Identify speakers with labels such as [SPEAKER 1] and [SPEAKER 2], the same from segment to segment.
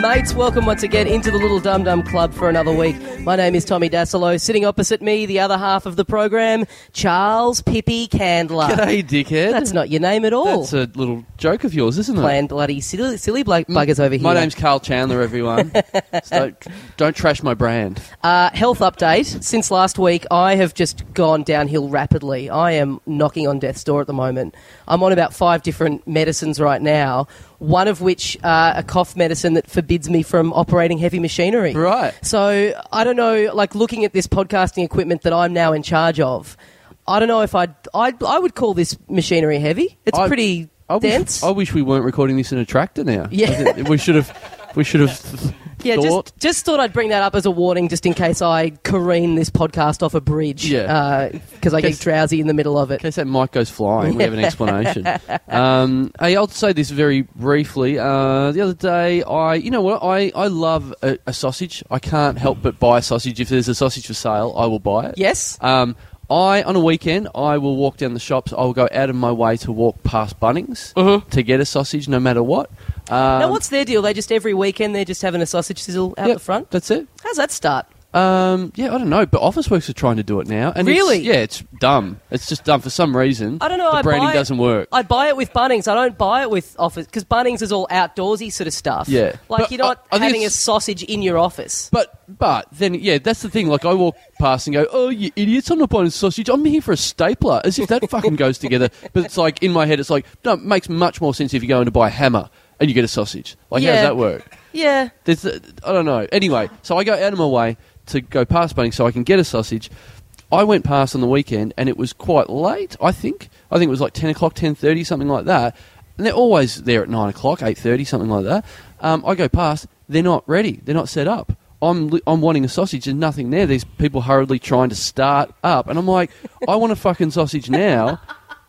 [SPEAKER 1] mates. Welcome once again into the Little Dum Dum Club for another week. My name is Tommy Dasilo. Sitting opposite me, the other half of the program, Charles Pippi Candler.
[SPEAKER 2] G'day, dickhead.
[SPEAKER 1] That's not your name at all.
[SPEAKER 2] That's a little joke of yours, isn't it?
[SPEAKER 1] Plan bloody silly, silly blo- buggers over here.
[SPEAKER 2] Mm. My name's Carl Chandler, everyone. So don't, don't trash my brand.
[SPEAKER 1] Uh, health update. Since last week, I have just gone downhill rapidly. I am knocking on death's door at the moment. I'm on about five different medicines right now, one of which uh, a cough medicine that forbids me from operating heavy machinery.
[SPEAKER 2] Right.
[SPEAKER 1] So I don't know, like looking at this podcasting equipment that I'm now in charge of, I don't know if I'd, I'd I would call this machinery heavy. It's
[SPEAKER 2] I-
[SPEAKER 1] pretty
[SPEAKER 2] I
[SPEAKER 1] dense.
[SPEAKER 2] Wish, I wish we weren't recording this in a tractor now.
[SPEAKER 1] Yeah.
[SPEAKER 2] I think we should have. We should have.
[SPEAKER 1] Yeah,
[SPEAKER 2] thought.
[SPEAKER 1] just just thought I'd bring that up as a warning, just in case I careen this podcast off a bridge.
[SPEAKER 2] Yeah.
[SPEAKER 1] because I get
[SPEAKER 2] Case-
[SPEAKER 1] drowsy in the middle of it.
[SPEAKER 2] In case that mic goes flying, we have an explanation. um, hey, I'll say this very briefly. Uh, the other day, I, you know what, I, I love a, a sausage. I can't help but buy a sausage. If there's a sausage for sale, I will buy it.
[SPEAKER 1] Yes.
[SPEAKER 2] Um, I on a weekend, I will walk down the shops. I will go out of my way to walk past Bunnings to get a sausage, no matter what. Um,
[SPEAKER 1] now, what's their deal? They just every weekend they're just having a sausage sizzle out
[SPEAKER 2] yep,
[SPEAKER 1] the front.
[SPEAKER 2] That's it.
[SPEAKER 1] How's that start?
[SPEAKER 2] Um, yeah, I don't know, but Officeworks are trying to do it now. And it's-
[SPEAKER 1] Really?
[SPEAKER 2] yeah, it's dumb. It's just dumb for some reason.
[SPEAKER 1] I don't know.
[SPEAKER 2] The
[SPEAKER 1] I
[SPEAKER 2] branding
[SPEAKER 1] buy it-
[SPEAKER 2] doesn't work.
[SPEAKER 1] I buy it with Bunnings. I don't buy it with office because Bunnings is all outdoorsy sort of stuff.
[SPEAKER 2] Yeah.
[SPEAKER 1] like
[SPEAKER 2] But
[SPEAKER 1] you're not
[SPEAKER 2] I- I think
[SPEAKER 1] having a
[SPEAKER 2] it's-
[SPEAKER 1] sausage in your office.
[SPEAKER 2] But but then yeah, that's the thing. Like I walk past and go, "Oh, you idiots! I'm not buying a sausage. I'm here for a stapler." As if that fucking goes together. But it's like in my head, it's like no, it makes much more sense if you go in to buy a hammer and you get a sausage. Like how
[SPEAKER 1] Yeah.
[SPEAKER 2] does that work?
[SPEAKER 1] Yeah,
[SPEAKER 2] There's I I don't know. Anyway, so I go out of my way to go past Bunnings so I can get a sausage. I went past on the weekend and it was quite late. I think I think it was like ten o'clock, ten thirty, something like that. And they're always there at nine o'clock, eight thirty, something like that. Um, I go past, they're not ready, they're not set up. I'm li- I'm wanting a sausage and nothing there. These people hurriedly trying to start up, and I'm like, I want a fucking sausage now,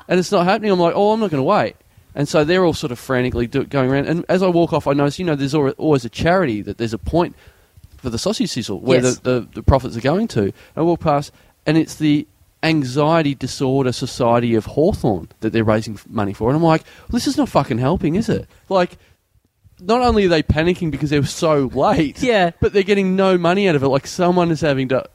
[SPEAKER 2] and it's not happening. I'm like, oh, I'm not going to wait. And so they're all sort of frantically do, going around. And as I walk off, I notice, you know, there's al- always a charity that there's a point for the sausage sizzle where
[SPEAKER 1] Yes.
[SPEAKER 2] the, the, the profits are going to. And I walk past, and it's the Anxiety Disorder Society of Hawthorne that they're raising f- money for. And I'm like, well, this is not fucking helping, is it? Like, not only are they panicking because they were so late,
[SPEAKER 1] Yeah.
[SPEAKER 2] but they're getting no money out of it. Like, someone is having to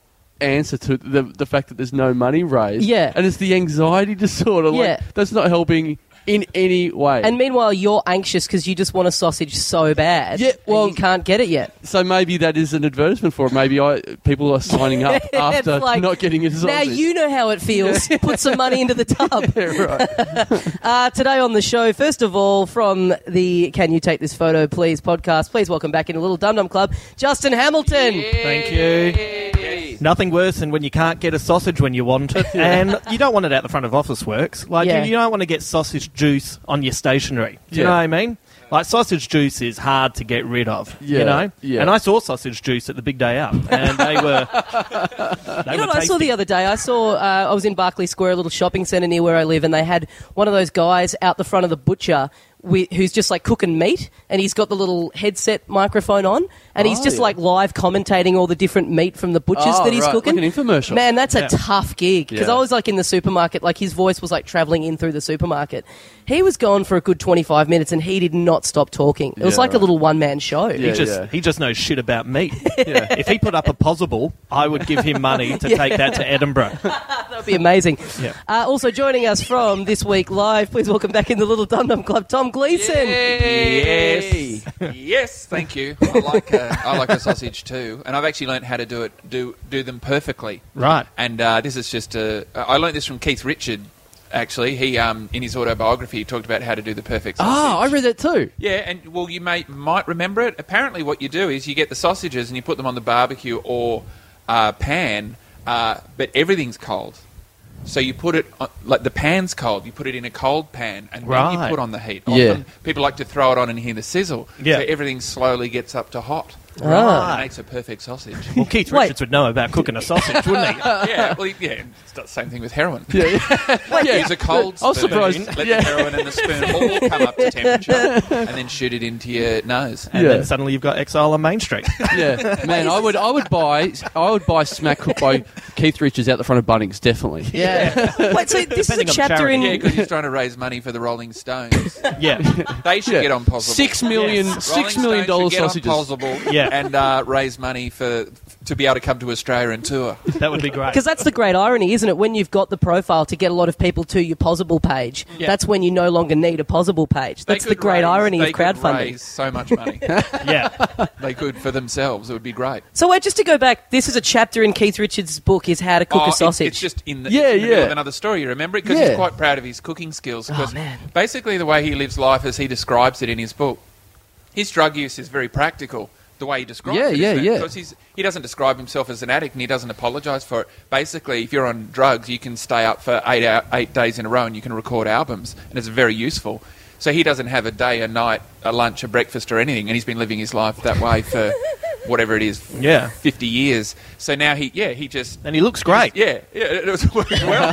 [SPEAKER 2] answer to the, the fact that there's no money raised.
[SPEAKER 1] Yeah.
[SPEAKER 2] And it's the anxiety disorder. Like,
[SPEAKER 1] Yeah.
[SPEAKER 2] that's not helping in any way.
[SPEAKER 1] and meanwhile you're anxious because you just want a sausage so bad.
[SPEAKER 2] Yeah,
[SPEAKER 1] and
[SPEAKER 2] well-
[SPEAKER 1] you can't get it yet.
[SPEAKER 2] so maybe that is an advertisement for it. Maybe I, people are signing up after
[SPEAKER 1] It's like,
[SPEAKER 2] not getting a sausage.
[SPEAKER 1] Now you know how it feels. Put some money into the tub.
[SPEAKER 2] Yeah, right.
[SPEAKER 1] Uh, today on the show, first of all, from the Can You Take This Photo Please podcast, please welcome back in a little Dum Dum Club, Justin Hamilton.
[SPEAKER 3] Thank you. Nothing worse than when you can't get a sausage when you want it, and you don't want it out the front of Office Works. Like
[SPEAKER 1] Yeah.
[SPEAKER 3] you, you don't want to get sausage juice on your stationery. Do you
[SPEAKER 2] Yeah.
[SPEAKER 3] know what I mean? Like sausage juice is hard to get rid of.
[SPEAKER 2] Yeah,
[SPEAKER 3] You know.
[SPEAKER 2] yeah.
[SPEAKER 3] And I saw sausage juice at the big day out, and they were. they
[SPEAKER 1] You know
[SPEAKER 3] were
[SPEAKER 1] what I saw
[SPEAKER 3] tasty.
[SPEAKER 1] the other day? I saw, uh, I was in Barclay Square, a little shopping centre near where I live, and they had one of those guys out the front of the butcher wi who's just like cooking meat, and he's got the little headset microphone on, and he's
[SPEAKER 2] Oh,
[SPEAKER 1] just
[SPEAKER 2] yeah.
[SPEAKER 1] like live commentating all the different meat from the butchers
[SPEAKER 2] Oh,
[SPEAKER 1] that he's
[SPEAKER 2] right,
[SPEAKER 1] cooking.
[SPEAKER 2] like an infomercial.
[SPEAKER 1] Man, that's a
[SPEAKER 3] Yeah.
[SPEAKER 1] tough gig. Because
[SPEAKER 2] Yeah.
[SPEAKER 1] I was like in the supermarket, like his voice was like travelling in through the supermarket. He was gone for a good 25 minutes, and he did not stop talking. It was
[SPEAKER 2] Yeah,
[SPEAKER 1] like a
[SPEAKER 2] right.
[SPEAKER 1] little one man show.
[SPEAKER 3] He
[SPEAKER 2] Yeah,
[SPEAKER 3] just
[SPEAKER 2] yeah.
[SPEAKER 3] he just knows shit about meat. If he put up a possible, I would give him money to take that to Edinburgh.
[SPEAKER 1] That'd be amazing.
[SPEAKER 3] Yeah.
[SPEAKER 1] Uh, also joining us from this week live, please welcome back in the Little Dum Dum Club, Tom Gleeson.
[SPEAKER 4] Yes. yes, thank you. I like a, I like a sausage too, and I've actually learned how to do it do do them perfectly.
[SPEAKER 3] Right.
[SPEAKER 4] And uh, this is just a I learned this from Keith Richard. Actually, he um, in his autobiography he talked about how to do the perfect sausage.
[SPEAKER 2] Oh, I read that too.
[SPEAKER 4] Yeah, and well, you may might remember it. Apparently, what you do is you get the sausages and you put them on the barbecue or uh, pan, uh, but everything's cold. So you put it on, like the pan's cold. You put it in a cold pan, and then you
[SPEAKER 3] Right.
[SPEAKER 4] put on the heat.
[SPEAKER 2] Yeah.
[SPEAKER 4] Often people like to throw it on and hear the sizzle.
[SPEAKER 3] Yeah.
[SPEAKER 4] So everything slowly gets up to hot.
[SPEAKER 3] Right.
[SPEAKER 4] Makes a perfect sausage.
[SPEAKER 3] Well, Keith
[SPEAKER 1] Wait.
[SPEAKER 3] Richards would know about cooking a sausage, wouldn't he?
[SPEAKER 4] yeah, well, yeah. It's the same thing with heroin.
[SPEAKER 2] Yeah, yeah.
[SPEAKER 4] yeah, use a cold
[SPEAKER 2] I
[SPEAKER 4] spoon.
[SPEAKER 2] was surprised.
[SPEAKER 4] Let
[SPEAKER 2] Yeah.
[SPEAKER 4] the heroin and the spoon all come up to temperature, and then shoot it into your nose.
[SPEAKER 3] And
[SPEAKER 2] Yeah.
[SPEAKER 3] then suddenly you've got Exile on Main Street.
[SPEAKER 2] yeah. Man, I would, I would buy, I would buy smack cooked by Keith Richards out the front of Bunnings, definitely.
[SPEAKER 1] Yeah. Wait, so this is a
[SPEAKER 3] Depending on
[SPEAKER 1] chapter
[SPEAKER 3] charity.
[SPEAKER 1] in.
[SPEAKER 4] Yeah, because he's trying to raise money for the Rolling Stones.
[SPEAKER 3] yeah.
[SPEAKER 4] They should
[SPEAKER 2] Yeah.
[SPEAKER 4] get on possible.
[SPEAKER 2] Six million,
[SPEAKER 3] Yes.
[SPEAKER 2] six million dollar
[SPEAKER 4] dollars
[SPEAKER 2] sausages.
[SPEAKER 4] possible
[SPEAKER 3] Yeah.
[SPEAKER 4] and uh, raise money for to be able to come to Australia and tour.
[SPEAKER 3] That would be great.
[SPEAKER 1] Because that's the great irony, isn't it? When you've got the profile to get a lot of people to your Possible page,
[SPEAKER 3] Yeah.
[SPEAKER 1] that's when you no longer need a Possible page.
[SPEAKER 4] They
[SPEAKER 1] That's the
[SPEAKER 4] could
[SPEAKER 1] great
[SPEAKER 4] raise-
[SPEAKER 1] irony of
[SPEAKER 4] they could
[SPEAKER 1] crowdfunding.
[SPEAKER 4] raise so much money.
[SPEAKER 3] yeah.
[SPEAKER 4] they could for themselves. It would be great.
[SPEAKER 1] So wait, just to go back, this is a chapter in Keith Richards' book is how to cook
[SPEAKER 4] Oh,
[SPEAKER 1] a
[SPEAKER 4] it's-
[SPEAKER 1] sausage.
[SPEAKER 4] It's, just in the,
[SPEAKER 2] Yeah,
[SPEAKER 4] it's in the middle
[SPEAKER 2] yeah.
[SPEAKER 4] of another story. You remember it because
[SPEAKER 2] Yeah. Oh,
[SPEAKER 4] he's quite proud of his cooking skills. 'cause
[SPEAKER 1] man.
[SPEAKER 4] Basically, the way he lives life as he describes it in his book, his drug use is very practical. The way he describes
[SPEAKER 2] Yeah,
[SPEAKER 4] it,
[SPEAKER 2] yeah, yeah.
[SPEAKER 4] Because he's, he doesn't describe himself as an addict and he doesn't apologise for it. Basically, if you're on drugs, you can stay up for eight hour, eight days in a row and you can record albums, and it's very useful. So he doesn't have a day, a night, a lunch, a breakfast, or anything, and he's been living his life that way for whatever it is,
[SPEAKER 3] Yeah.
[SPEAKER 4] fifty years. So now he, yeah, he just
[SPEAKER 3] And he looks great.
[SPEAKER 4] yeah, yeah, it was working well.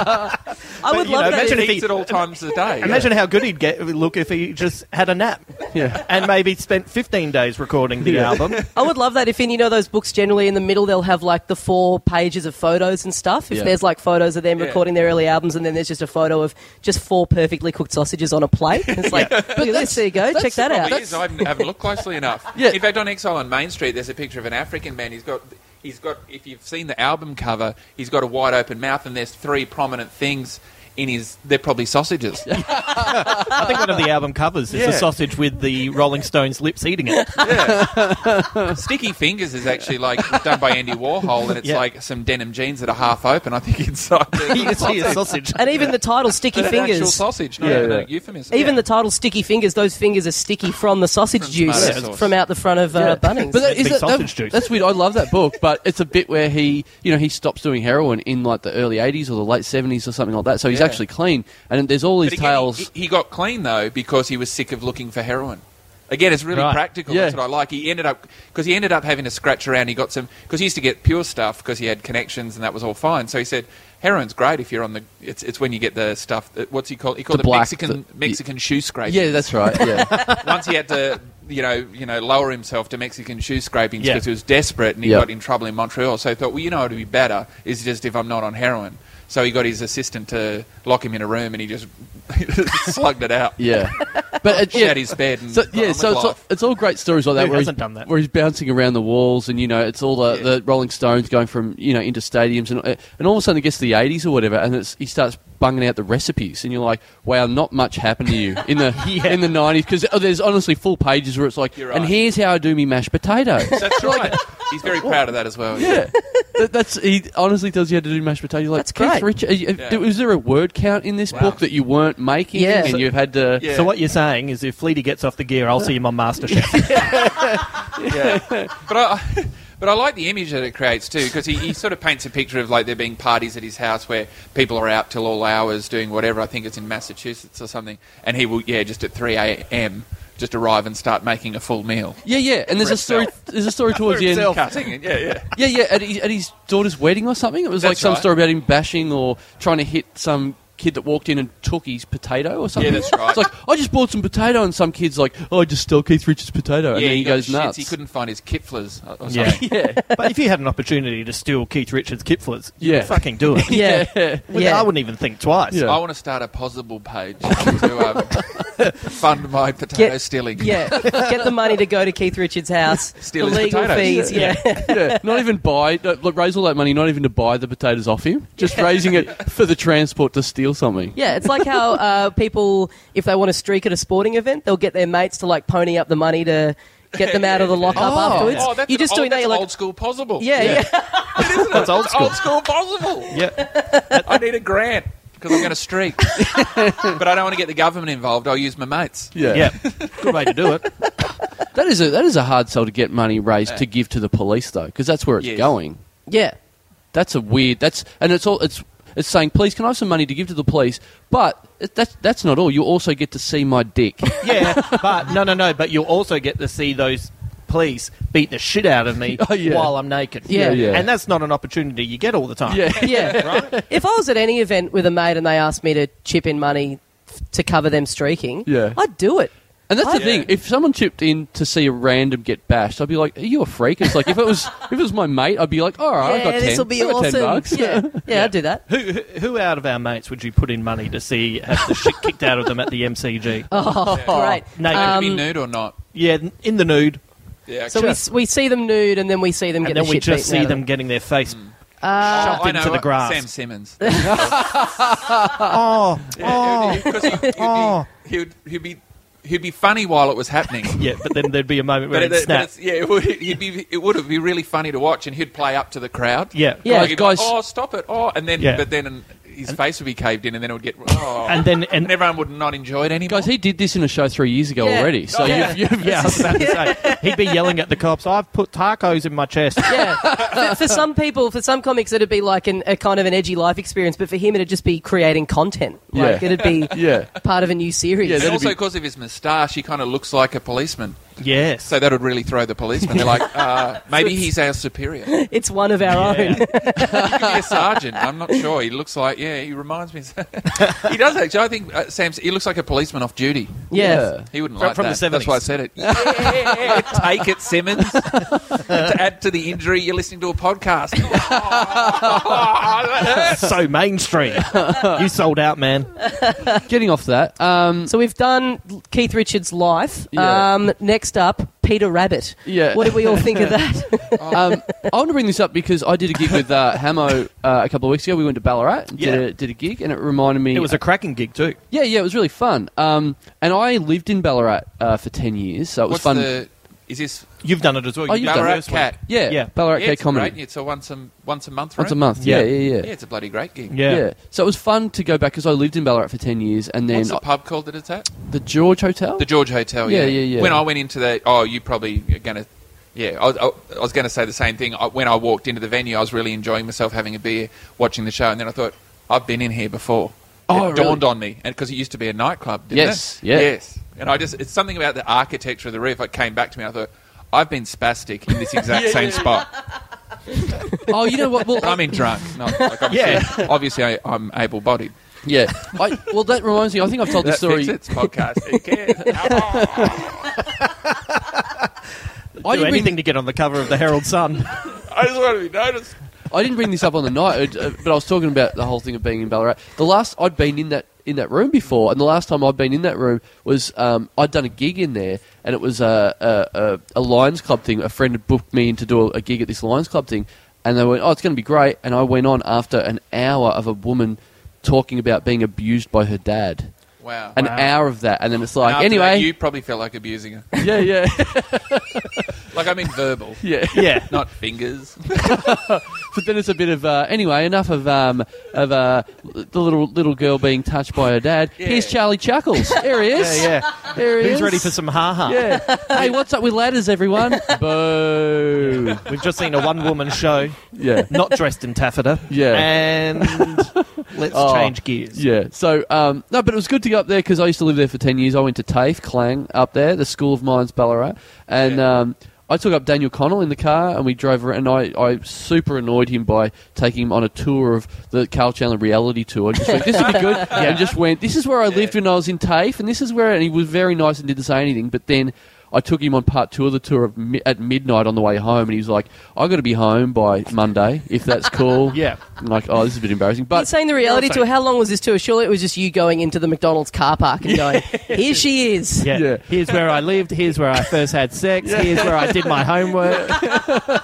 [SPEAKER 1] I would
[SPEAKER 3] you know,
[SPEAKER 1] love that.
[SPEAKER 3] imagine
[SPEAKER 1] if-
[SPEAKER 4] Imagine
[SPEAKER 3] if
[SPEAKER 4] he
[SPEAKER 3] he-
[SPEAKER 4] eats at all times of the day.
[SPEAKER 3] Imagine how good he'd get look if he just had a nap
[SPEAKER 2] Yeah.
[SPEAKER 3] and maybe spent 15 days recording the album.
[SPEAKER 1] I would love that if in you know those books generally in the middle they'll have like the four pages of photos and stuff. If
[SPEAKER 2] Yeah.
[SPEAKER 1] there's like photos of them
[SPEAKER 4] Yeah.
[SPEAKER 1] recording their early albums and then there's just a photo of just four perfectly cooked sausages on a plate. It's like, look at this, there you go, check that
[SPEAKER 4] Probably
[SPEAKER 1] out.
[SPEAKER 4] is. I haven't, haven't looked closely enough.
[SPEAKER 2] Yeah.
[SPEAKER 4] In fact, on Exile on Main Street, there's a picture of an African man. He's got, he's got. If you've seen the album cover, he's got a wide open mouth, and there's three prominent things in his. They're probably sausages.
[SPEAKER 3] I think one of the album covers is
[SPEAKER 4] Yeah.
[SPEAKER 3] the sausage with the Rolling Stones lips eating it.
[SPEAKER 4] Sticky Fingers is actually like done by Andy Warhol, and it's
[SPEAKER 3] Yeah.
[SPEAKER 4] like some denim jeans that are half open. I think inside.
[SPEAKER 3] you
[SPEAKER 4] there's
[SPEAKER 3] can see a sausage.
[SPEAKER 1] And even the title Sticky
[SPEAKER 4] an actual
[SPEAKER 1] Fingers.
[SPEAKER 4] sausage, not
[SPEAKER 2] Yeah,
[SPEAKER 4] even
[SPEAKER 2] yeah.
[SPEAKER 4] a euphemism.
[SPEAKER 1] Even the title Sticky Fingers, those fingers are sticky from the sausage
[SPEAKER 4] From
[SPEAKER 1] juice
[SPEAKER 4] tomato sauce.
[SPEAKER 1] from out the front of uh, Bunnings.
[SPEAKER 2] But that,
[SPEAKER 3] Big
[SPEAKER 2] is that,
[SPEAKER 3] sausage
[SPEAKER 2] that-
[SPEAKER 3] juice.
[SPEAKER 2] that's weird. I love that book, but it's a bit where he, you know, he stops doing heroin in like the early '80s or the late '70s or something like that. So he's
[SPEAKER 4] Yeah.
[SPEAKER 2] actually clean, and there's all these
[SPEAKER 4] But again,
[SPEAKER 2] tales.
[SPEAKER 4] He, he got clean though because he was sick of looking for heroin. Again, it's really
[SPEAKER 3] Right.
[SPEAKER 4] practical.
[SPEAKER 2] Yeah.
[SPEAKER 4] That's what I like. He ended up because he ended up having to scratch around. He got some because he used to get pure stuff because he had connections and that was all fine. So he said, "Heroin's great if you're on the. It's it's when you get the stuff. That, what's he called? He called
[SPEAKER 2] The
[SPEAKER 4] it
[SPEAKER 2] black-
[SPEAKER 4] Mexican
[SPEAKER 2] the-
[SPEAKER 4] Mexican shoe scraping.
[SPEAKER 2] yeah, that's right. Yeah,
[SPEAKER 4] Once he had to, you know, you know, lower himself to Mexican shoe scrapings
[SPEAKER 3] Yeah.
[SPEAKER 4] because he was desperate and he
[SPEAKER 2] Yeah.
[SPEAKER 4] got in trouble in Montreal. So he thought, well, you know, it'd be better is just if I'm not on heroin. So he got his assistant to lock him in a room and he just slugged it out.
[SPEAKER 2] yeah. But it, yeah,
[SPEAKER 4] Shat his bed and
[SPEAKER 2] So,
[SPEAKER 4] got on
[SPEAKER 2] yeah,
[SPEAKER 4] with
[SPEAKER 2] so it's all,
[SPEAKER 4] life.
[SPEAKER 2] it's all great stories like that.
[SPEAKER 3] Who
[SPEAKER 2] where
[SPEAKER 3] hasn't
[SPEAKER 2] he's,
[SPEAKER 3] done that?
[SPEAKER 2] Where he's bouncing around the walls, and you know, it's all the,
[SPEAKER 4] Yeah.
[SPEAKER 2] the Rolling Stones going from you know into stadiums, and and all of a sudden it gets to the '80s or whatever, and it's, he starts bunging out the recipes, and you're like, wow, not much happened to you in the
[SPEAKER 3] Yeah.
[SPEAKER 2] in the '90s because there's honestly full pages where it's like,
[SPEAKER 4] You're
[SPEAKER 2] and
[SPEAKER 4] right.
[SPEAKER 2] here's how I do me mashed potatoes.
[SPEAKER 4] That's right. He's very proud of that as well.
[SPEAKER 2] Yeah, that, that's he honestly tells you how to do mashed potatoes. Like
[SPEAKER 1] That's
[SPEAKER 2] Keith
[SPEAKER 1] great.
[SPEAKER 2] Richards, are you-
[SPEAKER 4] Yeah.
[SPEAKER 2] was there a word count in this
[SPEAKER 4] Wow.
[SPEAKER 2] book that you weren't making?
[SPEAKER 1] Yeah.
[SPEAKER 2] and you've had to.
[SPEAKER 4] Yeah.
[SPEAKER 3] So what you're saying is if Fleety gets off the gear, I'll see him on MasterChef.
[SPEAKER 4] yeah. But I, but I like the image that it creates too, because he, he sort of paints a picture of like there being parties at his house where people are out till all hours doing whatever. I think it's in Massachusetts or something, and he will yeah just at three a.m. just arrive and start making a full meal.
[SPEAKER 2] Yeah, yeah, and there's
[SPEAKER 4] For
[SPEAKER 2] a story.
[SPEAKER 4] himself.
[SPEAKER 2] There's a story towards the end.
[SPEAKER 3] himself.
[SPEAKER 4] Cutting it, yeah, yeah.
[SPEAKER 2] Yeah, yeah, at his, at his daughter's wedding or something. It was like
[SPEAKER 4] That's
[SPEAKER 2] some
[SPEAKER 4] right.
[SPEAKER 2] story about him bashing or trying to hit some kid that walked in and took his potato or something.
[SPEAKER 4] that's right.
[SPEAKER 2] It's like I just bought some potato, and some kid's like, "Oh, I just stole Keith Richards' potato," and
[SPEAKER 4] yeah,
[SPEAKER 2] then he,
[SPEAKER 4] got
[SPEAKER 2] goes
[SPEAKER 4] shits.
[SPEAKER 2] nuts.
[SPEAKER 4] He couldn't find his kipflers or- or
[SPEAKER 3] Yeah.
[SPEAKER 4] something.
[SPEAKER 2] yeah,
[SPEAKER 3] but if you had an opportunity to steal Keith Richards' Kipflers, you'd
[SPEAKER 2] Yeah.
[SPEAKER 3] fucking do it.
[SPEAKER 1] yeah.
[SPEAKER 2] yeah.
[SPEAKER 3] Well,
[SPEAKER 1] Yeah.
[SPEAKER 3] I wouldn't even think twice.
[SPEAKER 2] Yeah.
[SPEAKER 4] I want to start a possible page to um, fund my potato
[SPEAKER 1] Get-
[SPEAKER 4] stealing.
[SPEAKER 1] Yeah, get the money to go to Keith Richards' house.
[SPEAKER 4] Steal
[SPEAKER 1] the
[SPEAKER 4] his
[SPEAKER 1] legal
[SPEAKER 4] potatoes.
[SPEAKER 1] fees, yeah.
[SPEAKER 2] yeah. Not even buy, no, look, raise all that money, not even to buy the potatoes off him, just raising it for the transport to steal something.
[SPEAKER 1] Yeah, it's like how uh, people, if they want to streak at a sporting event, they'll get their mates to like pony up the money to get them out of the lockup
[SPEAKER 2] Oh.
[SPEAKER 1] afterwards.
[SPEAKER 4] Oh, that's
[SPEAKER 1] You're just
[SPEAKER 4] an
[SPEAKER 1] doing
[SPEAKER 4] old,
[SPEAKER 1] that. You're
[SPEAKER 4] that's
[SPEAKER 1] like,
[SPEAKER 4] old school possible.
[SPEAKER 1] yeah, yeah,
[SPEAKER 3] That's old school.
[SPEAKER 4] Old school possible.
[SPEAKER 3] Yeah.
[SPEAKER 4] I need a grant because I'm going to streak. but I don't want to get the government involved. I'll use my mates.
[SPEAKER 2] Yeah.
[SPEAKER 3] Yeah. Good way to do it.
[SPEAKER 2] That is a that is a hard sell to get money raised to give to the police though, because that's where it's
[SPEAKER 4] Yes.
[SPEAKER 2] going.
[SPEAKER 1] yeah.
[SPEAKER 2] That's a weird. That's and it's all it's it's saying, please, can I have some money to give to the police? But it- that's that's not all. You also get to see my dick.
[SPEAKER 3] Yeah, but no, no, no. But you'll also get to see those please beat the shit out of me
[SPEAKER 2] Oh, yeah.
[SPEAKER 3] while I'm naked.
[SPEAKER 1] Yeah.
[SPEAKER 2] Yeah, yeah.
[SPEAKER 3] And that's not an opportunity you get all the time.
[SPEAKER 2] Yeah.
[SPEAKER 1] Yeah.
[SPEAKER 3] Right?
[SPEAKER 1] If I was at any event with a mate and they asked me to chip in money f- to cover them streaking,
[SPEAKER 2] Yeah.
[SPEAKER 1] I'd do it.
[SPEAKER 2] And that's the
[SPEAKER 4] Yeah.
[SPEAKER 2] thing. If someone chipped in to see a random get bashed, I'd be like, "Are you a freak?" It's like if it was if it was my mate, I'd be like, "All right, I
[SPEAKER 1] yeah,
[SPEAKER 2] got ten.
[SPEAKER 1] this will be
[SPEAKER 2] I got
[SPEAKER 1] awesome.
[SPEAKER 2] 10 bucks.
[SPEAKER 1] Yeah. yeah, I'd do that.
[SPEAKER 3] Who, who who out of our mates would you put in money to see have the shit kicked out of them at the MCG?
[SPEAKER 1] Oh, great.
[SPEAKER 3] No,
[SPEAKER 4] Are you gonna
[SPEAKER 1] Um,
[SPEAKER 4] be nude or not?
[SPEAKER 3] Yeah, in the nude,
[SPEAKER 4] Yeah.
[SPEAKER 1] So
[SPEAKER 4] okay.
[SPEAKER 1] we, s- we see them nude and then we see them get
[SPEAKER 3] and then
[SPEAKER 1] the
[SPEAKER 3] we
[SPEAKER 1] shit
[SPEAKER 3] just
[SPEAKER 1] beaten
[SPEAKER 3] see
[SPEAKER 1] out of
[SPEAKER 3] them getting their face.
[SPEAKER 4] Oh, I
[SPEAKER 3] into
[SPEAKER 4] know,
[SPEAKER 3] the grass.
[SPEAKER 4] Sam Simmons.
[SPEAKER 3] Oh,
[SPEAKER 4] Yeah,
[SPEAKER 3] oh,
[SPEAKER 4] because he'd, he'd,
[SPEAKER 3] Oh.
[SPEAKER 4] be, he'd, he'd be he'd be funny while it was happening.
[SPEAKER 3] yeah. But then there'd be a moment where
[SPEAKER 4] But, it,
[SPEAKER 3] it
[SPEAKER 4] but
[SPEAKER 3] snaps.
[SPEAKER 4] it's, yeah, it would, he'd be, it would be really funny to watch, and he'd play up to the crowd.
[SPEAKER 3] Yeah.
[SPEAKER 1] Yeah.
[SPEAKER 4] like, he'd be like,
[SPEAKER 2] Guys-
[SPEAKER 4] oh, stop it! Oh, and then,
[SPEAKER 3] Yeah.
[SPEAKER 4] but then and his face would be caved in, and then it would get, oh,
[SPEAKER 3] And then and
[SPEAKER 4] and everyone would not enjoy it anymore.
[SPEAKER 2] Guys, he did this in a show three years ago
[SPEAKER 1] Yeah.
[SPEAKER 2] already. So
[SPEAKER 4] Oh,
[SPEAKER 2] you
[SPEAKER 4] yeah.
[SPEAKER 2] you
[SPEAKER 3] yeah, I was about to say he'd be yelling at the cops. I've put tacos in my chest.
[SPEAKER 1] yeah. For, for some people, for some comics, it'd be like an, a kind of an edgy life experience, but for him, it'd just be creating content. Like,
[SPEAKER 2] Yeah.
[SPEAKER 1] it'd be
[SPEAKER 2] yeah,
[SPEAKER 1] part of a new series.
[SPEAKER 2] Yeah,
[SPEAKER 4] and
[SPEAKER 2] that'd
[SPEAKER 4] also
[SPEAKER 2] be-
[SPEAKER 4] because of his moustache, he kind of looks like a policeman.
[SPEAKER 3] Yes.
[SPEAKER 4] So that would really throw the policeman. They're like, uh, maybe he's our superior. He
[SPEAKER 1] it's one of our
[SPEAKER 3] Yeah.
[SPEAKER 1] own.
[SPEAKER 4] could be a sergeant. I'm not sure. He looks like, yeah, he reminds me. he does actually. I think uh, Sam. He looks like a policeman off duty.
[SPEAKER 1] yeah.
[SPEAKER 4] He wouldn't
[SPEAKER 3] From-
[SPEAKER 4] like
[SPEAKER 3] from the
[SPEAKER 4] that. That's why I
[SPEAKER 3] 70s.
[SPEAKER 4] said it. Yeah, take it, Simmons. to add to the injury, you're listening to a podcast.
[SPEAKER 3] so mainstream. you sold out, man.
[SPEAKER 2] Getting off that. Um,
[SPEAKER 1] So we've done Keith Richards' life.
[SPEAKER 2] Yeah.
[SPEAKER 1] Um, next up, Peter Rabbit.
[SPEAKER 2] Yeah.
[SPEAKER 1] What did we all think of that?
[SPEAKER 2] um, I want to bring this up because I did a gig with uh, Hamo uh, a couple of weeks ago. We went to Ballarat, and did,
[SPEAKER 3] Yeah.
[SPEAKER 2] a, did a gig, and it reminded me.
[SPEAKER 3] It was a cracking gig too.
[SPEAKER 2] yeah, yeah, it was really fun. Um, and I lived in Ballarat uh, for ten years, so it was
[SPEAKER 4] What's
[SPEAKER 2] fun.
[SPEAKER 4] the? Is this
[SPEAKER 3] You've done it as well.
[SPEAKER 2] Oh, you've
[SPEAKER 3] You've done
[SPEAKER 2] done
[SPEAKER 3] the
[SPEAKER 4] Ballarat
[SPEAKER 3] first one.
[SPEAKER 4] Cat?
[SPEAKER 2] yeah,
[SPEAKER 3] Yeah.
[SPEAKER 2] Ballarat
[SPEAKER 4] yeah,
[SPEAKER 2] Gay
[SPEAKER 4] it's
[SPEAKER 2] Comedy
[SPEAKER 4] Great. It's a once a once a month.
[SPEAKER 2] once a
[SPEAKER 4] right?
[SPEAKER 2] month.
[SPEAKER 3] Yeah.
[SPEAKER 2] Yeah, yeah, yeah.
[SPEAKER 4] Yeah, it's a bloody great gig.
[SPEAKER 3] Yeah.
[SPEAKER 2] Yeah. So it was fun to go back because I lived in Ballarat for 10 years and then
[SPEAKER 4] What's the pub called that it's at?
[SPEAKER 2] the George Hotel?
[SPEAKER 4] The George Hotel.
[SPEAKER 2] Yeah,
[SPEAKER 4] Yeah,
[SPEAKER 2] yeah, yeah.
[SPEAKER 4] When I went into that, oh, you probably are going to. Yeah, I, was- I, I was going to say the same thing. I, when I walked into the venue, I was really enjoying myself, having a beer, watching the show, and then I thought, I've been in here before.
[SPEAKER 2] Oh,
[SPEAKER 4] it
[SPEAKER 2] really?
[SPEAKER 4] dawned on me, and because it used to be a nightclub. Didn't
[SPEAKER 2] Yes,
[SPEAKER 4] it?
[SPEAKER 2] yeah.
[SPEAKER 4] yes. And I just—it's something about the architecture of the roof. It came back to me. I thought, I've been spastic in this exact same spot.
[SPEAKER 2] oh, you know what? Well,
[SPEAKER 4] But I mean, drunk. Not, like, obviously, obviously I, I'm able-bodied.
[SPEAKER 2] yeah. I, well, that reminds me. I think I've told this
[SPEAKER 4] That
[SPEAKER 2] story.
[SPEAKER 4] fix it's podcast. Who cares?
[SPEAKER 2] I
[SPEAKER 3] Do
[SPEAKER 2] didn't,
[SPEAKER 3] anything
[SPEAKER 2] bring,
[SPEAKER 3] to get on the cover of the Herald Sun.
[SPEAKER 4] I just want to be noticed.
[SPEAKER 2] I didn't bring this up on the night, uh, but I was talking about the whole thing of being in Ballarat. The last I'd been in that in that room before, and the last time I'd been in that room was um, I'd done a gig in there, and it was a, a, a, a Lions Club thing. A friend had booked me in to do a, a gig at this Lions Club thing, and they went, "Oh, it's going to be great." And I went on after an hour of a woman talking about being abused by her dad.
[SPEAKER 4] Wow.
[SPEAKER 2] an
[SPEAKER 3] Wow.
[SPEAKER 2] hour of that, and then it's
[SPEAKER 4] And
[SPEAKER 2] like,
[SPEAKER 4] after
[SPEAKER 2] anyway,
[SPEAKER 4] that, you probably felt like abusing her.
[SPEAKER 2] yeah, yeah,
[SPEAKER 4] Like I mean, verbal,
[SPEAKER 2] yeah.
[SPEAKER 3] yeah.
[SPEAKER 4] not fingers.
[SPEAKER 2] But then it's a bit of uh, anyway. Enough of um, of uh, the little little girl being touched by her dad.
[SPEAKER 4] Yeah.
[SPEAKER 2] Here's Charlie Chuckles. There he
[SPEAKER 3] Yeah,
[SPEAKER 2] is.
[SPEAKER 3] yeah.
[SPEAKER 2] There he
[SPEAKER 3] Who's
[SPEAKER 2] is.
[SPEAKER 3] ready for some ha ha?
[SPEAKER 2] Yeah. hey, what's up with ladders, everyone? Boo.
[SPEAKER 3] We've just seen a one woman show,
[SPEAKER 2] Yeah.
[SPEAKER 3] not dressed in taffeta.
[SPEAKER 2] Yeah.
[SPEAKER 3] And let's
[SPEAKER 2] Oh,
[SPEAKER 3] change gears.
[SPEAKER 2] Yeah. So um, no, but it was good to go up there because I used to live there for ten years. I went to TAFE Clang up there, the School of Mines Ballarat, and
[SPEAKER 4] Yeah.
[SPEAKER 2] um, I took up Daniel Connell in the car and we drove around. And I, I super annoyed him by taking him on a tour of the Carl Chandler reality tour. Just like this would be good, and just went. This is where I lived when I was in TAFE, and this is where. And he was very nice and didn't say anything, but then. I took him on part two of the tour of mi- at midnight on the way home, and he was like, "I got to be home by Monday, if that's cool."
[SPEAKER 3] Yeah.
[SPEAKER 2] I'm like, "Oh, this is a bit embarrassing." But
[SPEAKER 1] You're saying the reality
[SPEAKER 3] also-
[SPEAKER 1] tour, how long was this tour? Surely it was just you going into the McDonald's car park and going, here she is.
[SPEAKER 3] Yeah.
[SPEAKER 2] Yeah.
[SPEAKER 3] Here's where I lived. Here's where I first had sex. Here's where I did my homework.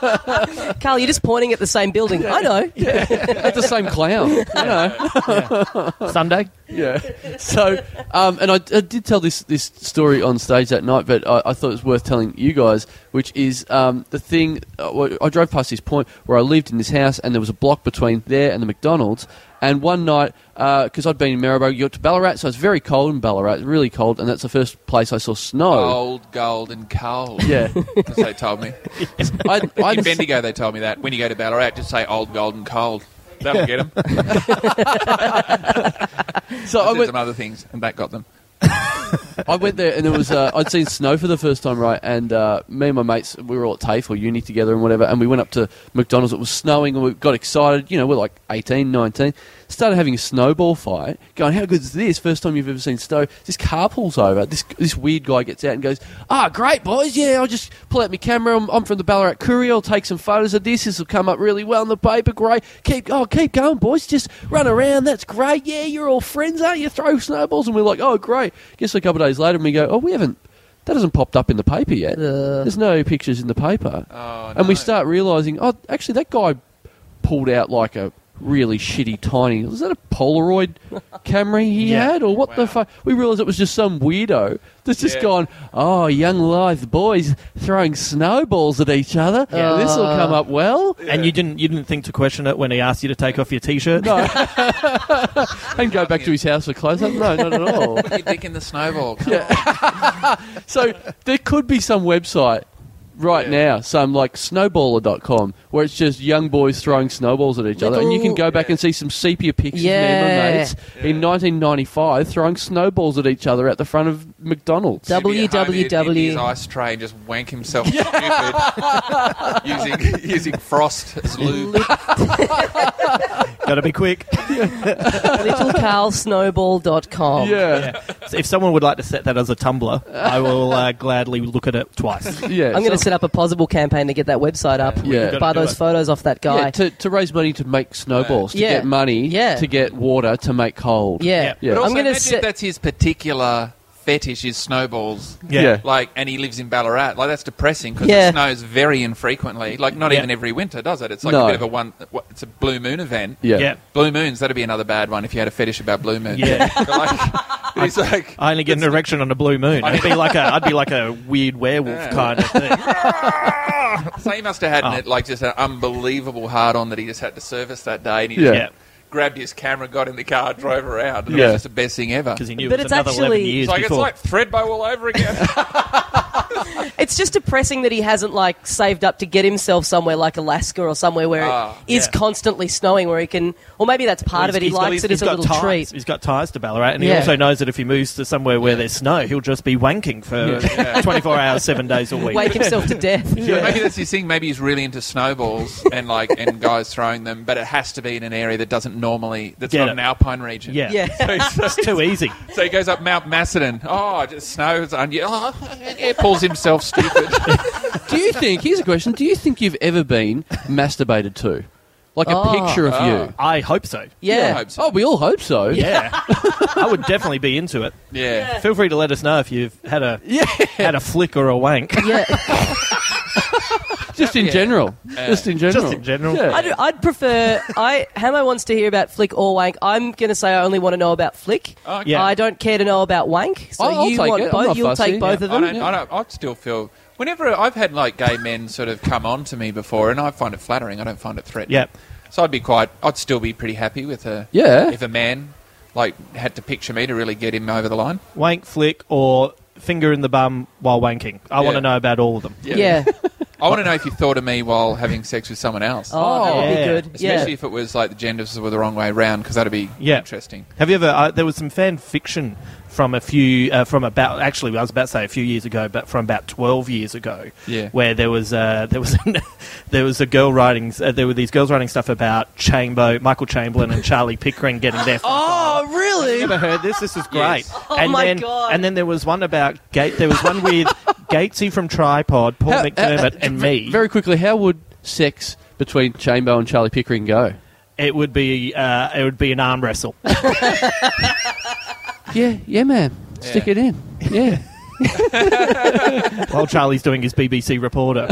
[SPEAKER 1] Carl, you're just pointing at the same building. I know.
[SPEAKER 2] That's the same clown. You know?
[SPEAKER 3] Sunday.
[SPEAKER 2] Yeah. So, um, and I, I did tell this, this story on stage that night, but I, I thought it was worth telling you guys, which is um, the thing. Uh, wh- I drove past this point where I lived in this house, and there was a block between there and the McDonald's. And one night, because I'd been in Maribor, you got to Ballarat, so it's very cold in Ballarat, really cold, and that's the first place I saw snow.
[SPEAKER 4] Old, gold, and coal.
[SPEAKER 2] Yeah.
[SPEAKER 4] as they told me.
[SPEAKER 2] I'd, I'd,
[SPEAKER 4] In Bendigo, they told me that when you go to Ballarat, just say old, gold, and cold. That'll get them.
[SPEAKER 2] so I
[SPEAKER 4] I said
[SPEAKER 2] went,
[SPEAKER 4] some other things, and that got them.
[SPEAKER 2] I went there and there was uh, I'd seen snow for the first time, right? And uh, me and my mates, we were all at TAFE or uni together and whatever, and we went up to McDonald's. It was snowing, and we got excited. You know, we're like 18, 19. Started having a snowball fight, going, "How good's this? First time you've ever seen snow." This car pulls over. This this weird guy gets out and goes, "Ah, great boys, yeah. I'll just pull out my camera. I'm, I'm from the Ballarat Courier. I'll take some photos of this. This will come up really well in the paper. Great. Keep oh, keep going, boys. Just run around. That's great. Yeah, you're all friends, aren't you? Throw snowballs." And we're like, "Oh, great." Guess a couple of days later, and we go, "Oh, we haven't." That hasn't popped up in the paper
[SPEAKER 1] Ugh.
[SPEAKER 2] yet. There's no pictures in the paper.
[SPEAKER 4] Oh,
[SPEAKER 2] And we
[SPEAKER 4] no.
[SPEAKER 2] start realizing, oh, actually, that guy pulled out like a really shitty, tiny. Was that a Polaroid camera he
[SPEAKER 3] Yeah.
[SPEAKER 2] had, or what the
[SPEAKER 4] Wow.
[SPEAKER 2] fuck? We realized it was just some weirdo that's just
[SPEAKER 4] Yeah.
[SPEAKER 2] gone. Oh, young lithe boys throwing snowballs at each other.
[SPEAKER 1] Yeah.
[SPEAKER 2] This will come up well.
[SPEAKER 3] And you didn't you didn't think to question it when he asked you to take off your t-shirt?
[SPEAKER 2] No. and go back to his house for close up. No, not at all.
[SPEAKER 4] Put your dick in the snowball. Come on.
[SPEAKER 2] So there could be some website right
[SPEAKER 4] Yeah.
[SPEAKER 2] now, some like snowballer.com, where it's just young boys throwing snowballs at each other. And you can go back
[SPEAKER 4] Yeah.
[SPEAKER 2] and see some sepia pictures of me
[SPEAKER 1] Yeah.
[SPEAKER 2] and my mates in 1995 throwing snowballs at each other at the front of McDonald's.
[SPEAKER 1] Dub-
[SPEAKER 4] Jimmy at home in his-
[SPEAKER 1] www.
[SPEAKER 4] in his ice tray and just wank himself stupid using using frost as lube.
[SPEAKER 3] Got to be quick.
[SPEAKER 1] LittleCarlSnowball.com.
[SPEAKER 2] yeah.
[SPEAKER 3] So if someone would like to set that as a Tumblr, I will uh, gladly look at it twice.
[SPEAKER 2] Yeah.
[SPEAKER 1] I'm going to
[SPEAKER 2] so-
[SPEAKER 1] set up a possible campaign to get that website up.
[SPEAKER 2] Yeah. You've
[SPEAKER 3] gotta
[SPEAKER 1] Buy
[SPEAKER 3] do
[SPEAKER 1] those
[SPEAKER 3] it.
[SPEAKER 1] photos off that
[SPEAKER 2] yeah,
[SPEAKER 1] guy.
[SPEAKER 2] to, to raise money to make snowballs, to
[SPEAKER 1] Yeah.
[SPEAKER 2] get money,
[SPEAKER 1] Yeah.
[SPEAKER 2] to get water, to make cold.
[SPEAKER 1] Yeah.
[SPEAKER 2] Yeah.
[SPEAKER 4] But also,
[SPEAKER 1] I'm going to
[SPEAKER 4] imagine if
[SPEAKER 1] set.
[SPEAKER 4] that's his particular fetish is snowballs.
[SPEAKER 2] Yeah.
[SPEAKER 4] Like, and he lives in Ballarat. Like, that's depressing because
[SPEAKER 1] Yeah.
[SPEAKER 4] it snows very infrequently. Like, not
[SPEAKER 3] Yeah.
[SPEAKER 4] even every winter, does it? It's like
[SPEAKER 2] No.
[SPEAKER 4] a bit of a one. what- It's a blue moon event.
[SPEAKER 2] Yeah.
[SPEAKER 3] Yeah.
[SPEAKER 4] Blue moons. That'd be another bad one if you had a fetish about blue moons.
[SPEAKER 3] Yeah.
[SPEAKER 4] But like, but it's like
[SPEAKER 3] I only get an erection on a blue moon. I'd be like a, I'd be like a weird werewolf
[SPEAKER 4] Yeah.
[SPEAKER 3] kind of thing.
[SPEAKER 4] so he must have had
[SPEAKER 3] Oh.
[SPEAKER 4] an, like just an unbelievable hard on that he just had to service that day, and he just
[SPEAKER 2] Yeah.
[SPEAKER 3] Yeah,
[SPEAKER 4] grabbed his camera, got in the car, drove her out. And It
[SPEAKER 2] Yeah.
[SPEAKER 4] was just the best thing ever.
[SPEAKER 3] because he knew
[SPEAKER 1] But
[SPEAKER 3] it was
[SPEAKER 1] it's
[SPEAKER 3] another eleven
[SPEAKER 1] actually-
[SPEAKER 3] years
[SPEAKER 4] It's like
[SPEAKER 3] before.
[SPEAKER 4] it's like Threadbow all over again.
[SPEAKER 1] It's just depressing that he hasn't like saved up to get himself somewhere like Alaska or somewhere where
[SPEAKER 4] Ah,
[SPEAKER 1] it is
[SPEAKER 3] yeah.
[SPEAKER 1] constantly snowing, where he can. Or maybe that's part of it. He
[SPEAKER 3] He's- he's-
[SPEAKER 1] likes it
[SPEAKER 3] he's
[SPEAKER 1] as a
[SPEAKER 3] got
[SPEAKER 1] little
[SPEAKER 3] ties.
[SPEAKER 1] treat.
[SPEAKER 3] He's got ties to Ballarat, and he
[SPEAKER 1] Yeah.
[SPEAKER 3] also knows that if he moves to somewhere where there's snow, he'll just be wanking for
[SPEAKER 4] Yeah.
[SPEAKER 3] 24 hours, seven days a week.
[SPEAKER 1] Wake himself to death.
[SPEAKER 4] Yeah, maybe that's his thing. Maybe he's really into snowballs and like and guys throwing them, but it has to be in an area that doesn't normally. That's
[SPEAKER 3] Get
[SPEAKER 4] not
[SPEAKER 3] it.
[SPEAKER 4] an alpine region.
[SPEAKER 3] Yeah.
[SPEAKER 1] Yeah.
[SPEAKER 3] it's too easy.
[SPEAKER 4] So he goes up Mount Macedon. Oh, just snow. It's un- oh, yeah, pulls himself stupid.
[SPEAKER 2] Do you think, here's a question, do you think you've ever been masturbated to? Like a
[SPEAKER 1] Oh.
[SPEAKER 2] picture of
[SPEAKER 4] Oh.
[SPEAKER 2] you?
[SPEAKER 3] I hope so.
[SPEAKER 4] I
[SPEAKER 1] Yeah.
[SPEAKER 4] hope so.
[SPEAKER 2] Oh, we all hope so.
[SPEAKER 3] Yeah, I would definitely be into it.
[SPEAKER 4] Yeah.
[SPEAKER 3] Feel free to let us know if you've had a
[SPEAKER 2] Yeah.
[SPEAKER 3] had a flick or a wank.
[SPEAKER 1] Yeah.
[SPEAKER 2] Just in
[SPEAKER 4] Yeah.
[SPEAKER 2] general. just in general.
[SPEAKER 3] Just in general.
[SPEAKER 2] Yeah.
[SPEAKER 1] I'd, I'd prefer. I Hamo wants to hear about flick or wank. I'm going to say I only want to know about flick.
[SPEAKER 4] Oh, okay.
[SPEAKER 3] Yeah.
[SPEAKER 1] I don't care to know about wank. So
[SPEAKER 2] I'll- I'll
[SPEAKER 1] you
[SPEAKER 2] take
[SPEAKER 1] want
[SPEAKER 2] it. I'm
[SPEAKER 1] both?
[SPEAKER 2] not
[SPEAKER 1] You'll
[SPEAKER 2] fussy.
[SPEAKER 1] take both of
[SPEAKER 4] I
[SPEAKER 1] them.
[SPEAKER 4] don't, I don't. I still feel. Whenever I've had like gay men sort of come on to me before, and I find it flattering. I don't find it threatening.
[SPEAKER 3] Yeah.
[SPEAKER 4] So I'd be quite. I'd still be pretty happy with a.
[SPEAKER 2] Yeah.
[SPEAKER 4] If a man like had to picture me to really get him over the line.
[SPEAKER 3] Wank, flick, or finger in the bum while wanking. I want
[SPEAKER 4] Yeah.
[SPEAKER 3] to know about all of them.
[SPEAKER 1] Yeah.
[SPEAKER 4] I want to know if you thought of me while having sex with someone else.
[SPEAKER 1] Oh, that would
[SPEAKER 3] Yeah.
[SPEAKER 1] be good.
[SPEAKER 4] Especially
[SPEAKER 1] yeah.
[SPEAKER 4] if it was like the genders were the wrong way around, because that'd be
[SPEAKER 3] Yeah.
[SPEAKER 4] interesting.
[SPEAKER 3] Have you ever? Uh, there was some fan fiction from a few, uh, from about actually, I was about to say a few years ago, but from about twelve years ago,
[SPEAKER 4] Yeah.
[SPEAKER 3] where there was uh, there was there was a girl writing, uh, there were these girls writing stuff about Chambo, Michael Chamberlain, and Charlie Pickering getting their.
[SPEAKER 1] Oh, really?
[SPEAKER 3] Never heard this. This is great.
[SPEAKER 4] Yes.
[SPEAKER 1] Oh
[SPEAKER 3] and
[SPEAKER 1] my
[SPEAKER 3] then,
[SPEAKER 1] God.
[SPEAKER 3] And then there was one about Gate. There was one with Gatesy from Tripod, Paul
[SPEAKER 1] uh,
[SPEAKER 2] How-
[SPEAKER 3] McDermott, and me.
[SPEAKER 2] Very quickly, how would sex between Chambo and Charlie Pickering go?
[SPEAKER 3] it would be uh, it would be an arm wrestle.
[SPEAKER 2] Yeah, yeah, man. Stick
[SPEAKER 4] Yeah.
[SPEAKER 2] it in. Yeah.
[SPEAKER 3] while Charlie's doing his BBC reporter.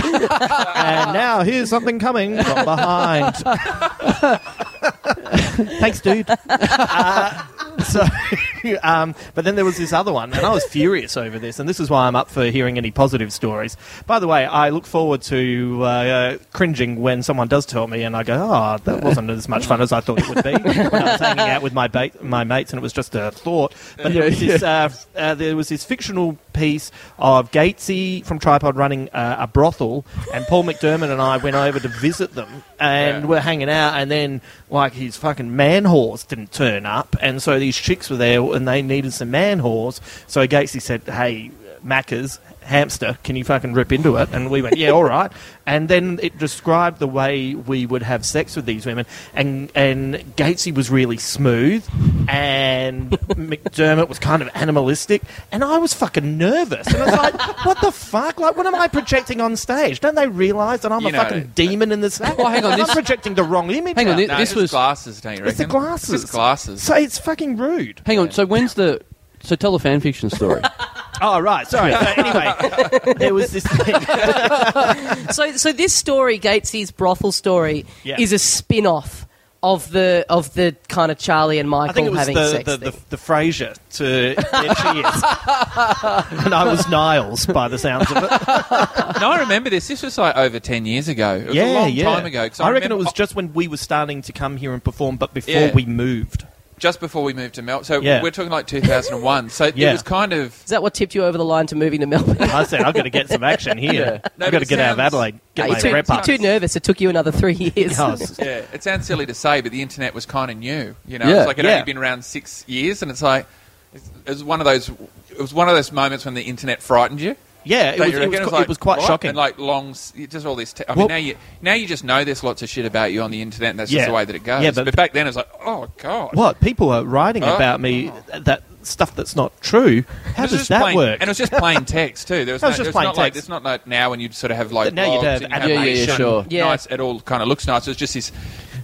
[SPEAKER 3] and now here's something coming from behind. Thanks, dude. Uh, so, um, but then there was this other one, and I was furious over this, and this is why I'm up for hearing any positive stories. By the way, I look forward to uh, uh, cringing when someone does tell me, and I go, "Oh, that wasn't as much fun as I thought it would be." when I was hanging out with my ba- my mates, and it was just a thought. But there was this uh, f- uh, there was this fictional piece of Gatesy from Tripod running uh, a brothel, and Paul McDermott and I went over to visit them, and
[SPEAKER 4] Yeah.
[SPEAKER 3] we're hanging out, and then like his fucking man horse didn't turn up, and so these chicks were there people and they needed some man whores. So Gatesy said, "Hey, Macca's hamster, can you fucking rip into it?" And we went, "Yeah, all right." And then it described the way we would have sex with these women, and and Gatesy was really smooth, and McDermott was kind of animalistic, and I was fucking nervous. And I was like, "What the fuck? Like, what am I projecting on stage? Don't they realise that I'm
[SPEAKER 4] You
[SPEAKER 3] a
[SPEAKER 4] know,
[SPEAKER 3] fucking
[SPEAKER 4] it-
[SPEAKER 3] demon in this act?
[SPEAKER 2] Well, hang on,
[SPEAKER 3] I'm
[SPEAKER 2] this-
[SPEAKER 3] projecting the wrong image.
[SPEAKER 2] Hang on,
[SPEAKER 3] out.
[SPEAKER 2] thi-
[SPEAKER 4] No,
[SPEAKER 2] this
[SPEAKER 4] it's
[SPEAKER 2] was
[SPEAKER 4] glasses, don't you reckon?
[SPEAKER 3] It's the glasses.
[SPEAKER 4] It's glasses.
[SPEAKER 3] So it's fucking rude.
[SPEAKER 2] Hang on. So when's the? So tell the fan fiction story.
[SPEAKER 3] Oh, right. Sorry. So anyway, there was this thing.
[SPEAKER 1] so so this story, Gatesy's brothel story,
[SPEAKER 3] Yeah.
[SPEAKER 1] is a spin off of the of the kind of Charlie and Michael
[SPEAKER 3] I think it was
[SPEAKER 1] having
[SPEAKER 3] the,
[SPEAKER 1] sex
[SPEAKER 3] the,
[SPEAKER 1] thing.
[SPEAKER 3] the, the Frasier to their cheers. and I was Niles by the sounds of it.
[SPEAKER 4] no, I remember this. This was like over ten years ago. It was
[SPEAKER 3] yeah,
[SPEAKER 4] a long
[SPEAKER 3] yeah.
[SPEAKER 4] time ago. 'cause
[SPEAKER 3] I, reckon
[SPEAKER 4] remember-
[SPEAKER 3] it was just when we were starting to come here and perform, but before
[SPEAKER 4] Yeah.
[SPEAKER 3] we moved.
[SPEAKER 4] oh, just before we moved to Melbourne. So
[SPEAKER 3] Yeah.
[SPEAKER 4] we're talking like 2001. So
[SPEAKER 3] Yeah.
[SPEAKER 4] it was kind of.
[SPEAKER 1] is that what tipped you over the line to moving to Melbourne?
[SPEAKER 3] I said, I've got to get some action here.
[SPEAKER 4] No,
[SPEAKER 3] I've got
[SPEAKER 4] but
[SPEAKER 3] to
[SPEAKER 4] it
[SPEAKER 3] get out of
[SPEAKER 4] sounds-
[SPEAKER 3] Adelaide, get
[SPEAKER 1] you're,
[SPEAKER 3] my
[SPEAKER 1] too,
[SPEAKER 3] rep
[SPEAKER 1] you're
[SPEAKER 3] up.
[SPEAKER 1] too nervous. It took you another three years.
[SPEAKER 3] Oh, it's-
[SPEAKER 4] Yeah, it sounds silly to say, but the internet was kind of new. You know,
[SPEAKER 2] Yeah.
[SPEAKER 4] it's like it
[SPEAKER 3] Yeah.
[SPEAKER 4] only been around six years, and it's like it's- it was one of those. It was one of those moments when the internet frightened you.
[SPEAKER 3] Yeah, it
[SPEAKER 4] Don't
[SPEAKER 3] was,
[SPEAKER 4] you
[SPEAKER 3] it,
[SPEAKER 4] reckon?
[SPEAKER 3] was, qu- it was quite
[SPEAKER 4] what?
[SPEAKER 3] shocking.
[SPEAKER 4] And like long, s- just all this. Te- I
[SPEAKER 3] Well-
[SPEAKER 4] mean, now you now you just know there's lots of shit about you on the internet, and that's
[SPEAKER 3] Yeah.
[SPEAKER 4] just the way that it goes.
[SPEAKER 3] Yeah, but-
[SPEAKER 4] back then it was like, oh god,
[SPEAKER 3] what? People are writing
[SPEAKER 4] Oh.
[SPEAKER 3] about me, th- that stuff that's not true. How
[SPEAKER 4] It was
[SPEAKER 3] does
[SPEAKER 4] just
[SPEAKER 3] that
[SPEAKER 4] plain,
[SPEAKER 3] work?
[SPEAKER 4] And it was just plain text too. There
[SPEAKER 3] It was
[SPEAKER 4] was, no,
[SPEAKER 3] just
[SPEAKER 4] it was
[SPEAKER 3] plain
[SPEAKER 4] not like
[SPEAKER 3] text.
[SPEAKER 4] it's not like now when you'd sort of have like
[SPEAKER 3] Now you'd
[SPEAKER 4] blogs
[SPEAKER 3] have
[SPEAKER 4] and you'd have
[SPEAKER 2] animation. Yeah, yeah, yeah, sure.
[SPEAKER 1] Yeah.
[SPEAKER 4] Nice, it all kind of looks nice. It was just this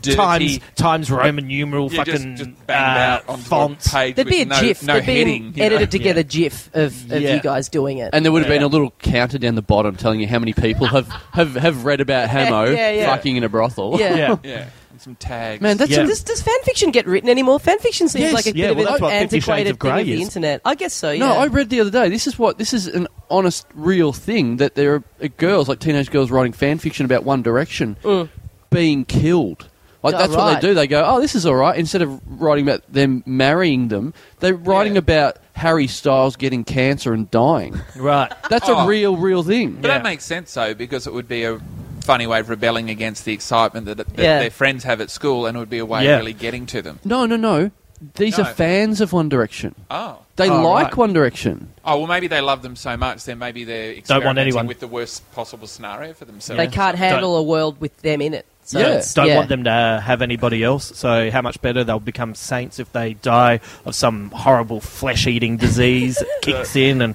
[SPEAKER 4] dirty
[SPEAKER 3] times times Roman numeral
[SPEAKER 4] yeah, just-
[SPEAKER 3] fucking
[SPEAKER 4] just banged
[SPEAKER 3] uh,
[SPEAKER 4] out on
[SPEAKER 3] fonts.
[SPEAKER 4] page
[SPEAKER 1] There'd be a
[SPEAKER 4] with no,
[SPEAKER 1] GIF.
[SPEAKER 4] no
[SPEAKER 1] There'd be an
[SPEAKER 4] heading. you know.
[SPEAKER 1] edited together GIF of, of
[SPEAKER 3] Yeah.
[SPEAKER 1] you guys doing it.
[SPEAKER 2] And there would have been
[SPEAKER 3] Yeah.
[SPEAKER 2] a little counter down the bottom telling you how many people have, have, have read about Hamo
[SPEAKER 1] yeah, yeah.
[SPEAKER 2] fucking in a brothel.
[SPEAKER 1] yeah.
[SPEAKER 3] Yeah.
[SPEAKER 4] Yeah, and some tags.
[SPEAKER 2] Man, that's
[SPEAKER 3] Yeah.
[SPEAKER 1] Does, does fan fiction get written anymore? Fan fiction seems
[SPEAKER 3] Yes,
[SPEAKER 1] like a
[SPEAKER 3] yeah,
[SPEAKER 1] bit
[SPEAKER 3] well,
[SPEAKER 1] of
[SPEAKER 3] that's
[SPEAKER 1] an
[SPEAKER 3] what Fifty Shades
[SPEAKER 1] antiquated
[SPEAKER 3] of
[SPEAKER 1] thing
[SPEAKER 3] Grey
[SPEAKER 1] of the
[SPEAKER 3] is.
[SPEAKER 1] internet. I guess so.
[SPEAKER 2] No,
[SPEAKER 1] yeah.
[SPEAKER 2] I read the other day. This is what this is an honest, real thing that there are uh, girls like teenage girls writing fan fiction about One Direction
[SPEAKER 1] Mm.
[SPEAKER 2] being killed. Like
[SPEAKER 1] Oh,
[SPEAKER 2] that's what
[SPEAKER 1] right.
[SPEAKER 2] they do. They go, "Oh, this is all right." Instead of writing about them marrying them, they're writing
[SPEAKER 4] Yeah.
[SPEAKER 2] about Harry Styles getting cancer and dying.
[SPEAKER 3] Right.
[SPEAKER 2] That's
[SPEAKER 4] Oh.
[SPEAKER 2] a real, real thing.
[SPEAKER 4] but
[SPEAKER 3] Yeah.
[SPEAKER 4] that makes sense though because it would be a funny way of rebelling against the excitement that, that
[SPEAKER 1] Yeah.
[SPEAKER 4] their friends have at school, and it would be a way
[SPEAKER 3] Yeah.
[SPEAKER 4] of really getting to them.
[SPEAKER 2] No, no, no. These
[SPEAKER 4] No.
[SPEAKER 2] are fans of One Direction.
[SPEAKER 4] Oh.
[SPEAKER 2] They
[SPEAKER 3] Oh,
[SPEAKER 2] like
[SPEAKER 3] right.
[SPEAKER 2] One Direction.
[SPEAKER 4] Oh well, maybe they love them so much. Then maybe they're
[SPEAKER 3] Don't
[SPEAKER 4] experimenting
[SPEAKER 3] want anyone.
[SPEAKER 4] with the worst possible scenario for themselves.
[SPEAKER 1] they can't handle a world with them in it. So
[SPEAKER 2] Yeah.
[SPEAKER 1] it's-
[SPEAKER 3] Don't
[SPEAKER 1] yeah.
[SPEAKER 3] want them to have anybody else. So how much better they'll become saints if they die of some horrible flesh-eating disease that kicks in and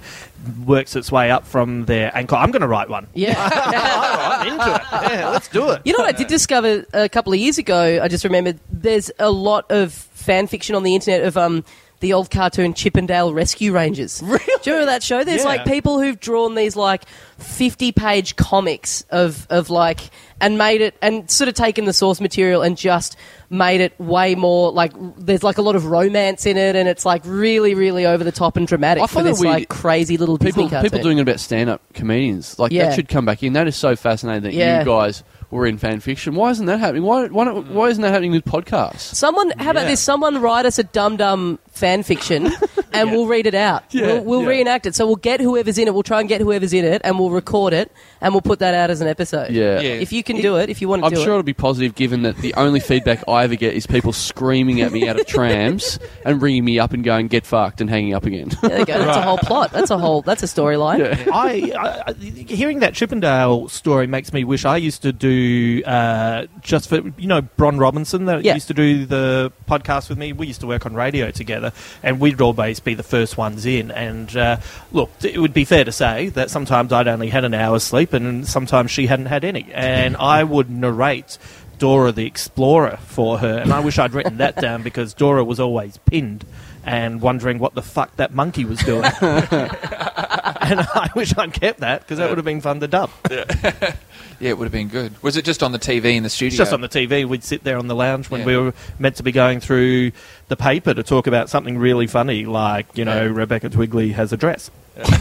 [SPEAKER 3] works its way up from their ankle. I'm going to write one.
[SPEAKER 1] Yeah.
[SPEAKER 3] I'm into it. Yeah, let's do it.
[SPEAKER 1] You know what I did discover a couple of years ago? I just remembered there's a lot of fan fiction on the internet of um the old cartoon Chippendale Rescue Rangers. Really? Do you remember that show? There's
[SPEAKER 3] Yeah.
[SPEAKER 1] like people who've drawn these like 50 page comics of of like and made it and sort of taken the source material and just made it way more like there's like a lot of romance in it and it's like really really over the top and dramatic
[SPEAKER 2] I
[SPEAKER 1] for
[SPEAKER 2] find it
[SPEAKER 1] this
[SPEAKER 2] weird.
[SPEAKER 1] like crazy little
[SPEAKER 2] People,
[SPEAKER 1] Disney cartoon.
[SPEAKER 2] people doing it about stand-up comedians. Like
[SPEAKER 1] Yeah.
[SPEAKER 2] that should come back in. That is so fascinating that
[SPEAKER 1] Yeah.
[SPEAKER 2] you guys were in fan fiction. Why isn't that happening? Why, why, not, why isn't that happening with podcasts?
[SPEAKER 1] Someone, how about
[SPEAKER 3] Yeah.
[SPEAKER 1] this? Someone write us a dum dum fan fiction, and we'll read it out.
[SPEAKER 2] Yeah,
[SPEAKER 1] We'll, we'll
[SPEAKER 2] yeah.
[SPEAKER 1] reenact it. So we'll get whoever's in it. We'll try and get whoever's in it, and we'll record it, and we'll put that out as an episode.
[SPEAKER 2] Yeah.
[SPEAKER 4] Yeah.
[SPEAKER 1] If you can do it, if you want to
[SPEAKER 2] I'm
[SPEAKER 1] do
[SPEAKER 2] sure
[SPEAKER 1] it.
[SPEAKER 2] it'll be positive, given that the only feedback I ever get is people screaming at me out of trams and ringing me up and going "get fucked" and hanging up again.
[SPEAKER 1] There you go. That's a whole plot. That's a whole. That's a storyline.
[SPEAKER 3] I, I- I hearing that Chippendale story makes me wish I used to do uh, just for you know Bron Robinson that
[SPEAKER 1] Yeah.
[SPEAKER 3] used to do the podcast with me. We used to work on radio together, and we'd always be the first ones in. And uh, look, it would be fair to say that sometimes I'd only had an hour's sleep, and sometimes she hadn't had any, and I would narrate. Dora the Explorer for her, and I wish I'd written that down because Dora was always pinned and wondering what the fuck that monkey was doing and I wish I'd kept that because that would have been fun to dub.
[SPEAKER 4] Yeah, it would have been good. Was it just on the TV in the studio?
[SPEAKER 3] It's just on the TV. We'd sit there on the lounge when
[SPEAKER 4] Yeah.
[SPEAKER 3] we were meant to be going through the paper to talk about something really funny, like you know
[SPEAKER 4] Yeah.
[SPEAKER 3] Rebecca Twigley has a dress,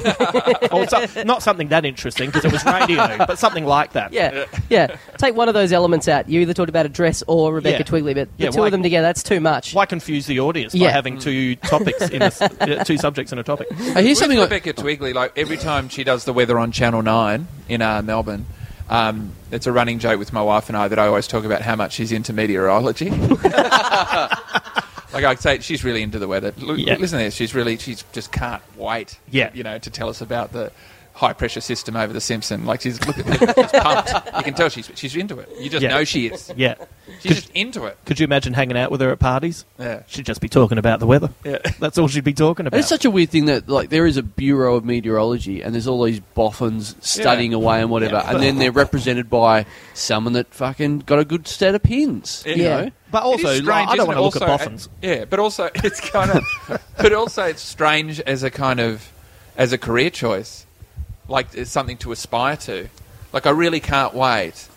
[SPEAKER 3] or so, not something that interesting because it was radio, but something like that.
[SPEAKER 1] Yeah, yeah. Take one of those elements out. You either talked about a dress or Rebecca
[SPEAKER 3] Yeah.
[SPEAKER 1] Twigley, but the
[SPEAKER 3] Yeah,
[SPEAKER 1] two
[SPEAKER 3] why-
[SPEAKER 1] of them together, that's too much.
[SPEAKER 3] Why confuse the audience
[SPEAKER 1] Yeah.
[SPEAKER 3] by having
[SPEAKER 4] Mm.
[SPEAKER 3] two topics in a s uh, two subjects in a topic?
[SPEAKER 2] Hey, here's something. I,
[SPEAKER 4] Rebecca Twigley, like every time she does the weather on Channel Nine in uh, Melbourne, um, it's a running joke with my wife and I that I always talk about how much she's into meteorology. Like I say, she's really into the weather. L-
[SPEAKER 3] Yeah.
[SPEAKER 4] Listen to this. She's really, she's just can't wait.
[SPEAKER 3] Yeah.
[SPEAKER 4] You know, to tell us about the high pressure system over the Simpson. Like she's, look, look, she's pumped. You can tell she's, she's into it. You just
[SPEAKER 3] Yeah.
[SPEAKER 4] know she is.
[SPEAKER 3] Yeah.
[SPEAKER 4] She's just into it.
[SPEAKER 3] Could you imagine hanging out with her at parties?
[SPEAKER 4] Yeah.
[SPEAKER 3] She'd just be talking about the weather.
[SPEAKER 4] Yeah.
[SPEAKER 3] That's all she'd be talking about.
[SPEAKER 2] It's such a weird thing that like there is a Bureau of Meteorology and there's all these boffins studying away and whatever,
[SPEAKER 3] Yeah.
[SPEAKER 2] and then they're represented by someone that fucking got a good set of pins. You
[SPEAKER 1] Yeah.
[SPEAKER 2] know?
[SPEAKER 3] but
[SPEAKER 4] It is
[SPEAKER 3] also, like,
[SPEAKER 4] strange,
[SPEAKER 3] I
[SPEAKER 4] isn't
[SPEAKER 3] don't want
[SPEAKER 4] it?
[SPEAKER 3] to look at
[SPEAKER 4] Also,
[SPEAKER 3] boffins.
[SPEAKER 4] uh, Yeah, but also it's kind of, but also it's strange as a kind of, as a career choice, like it's something to aspire to. Like I really can't wait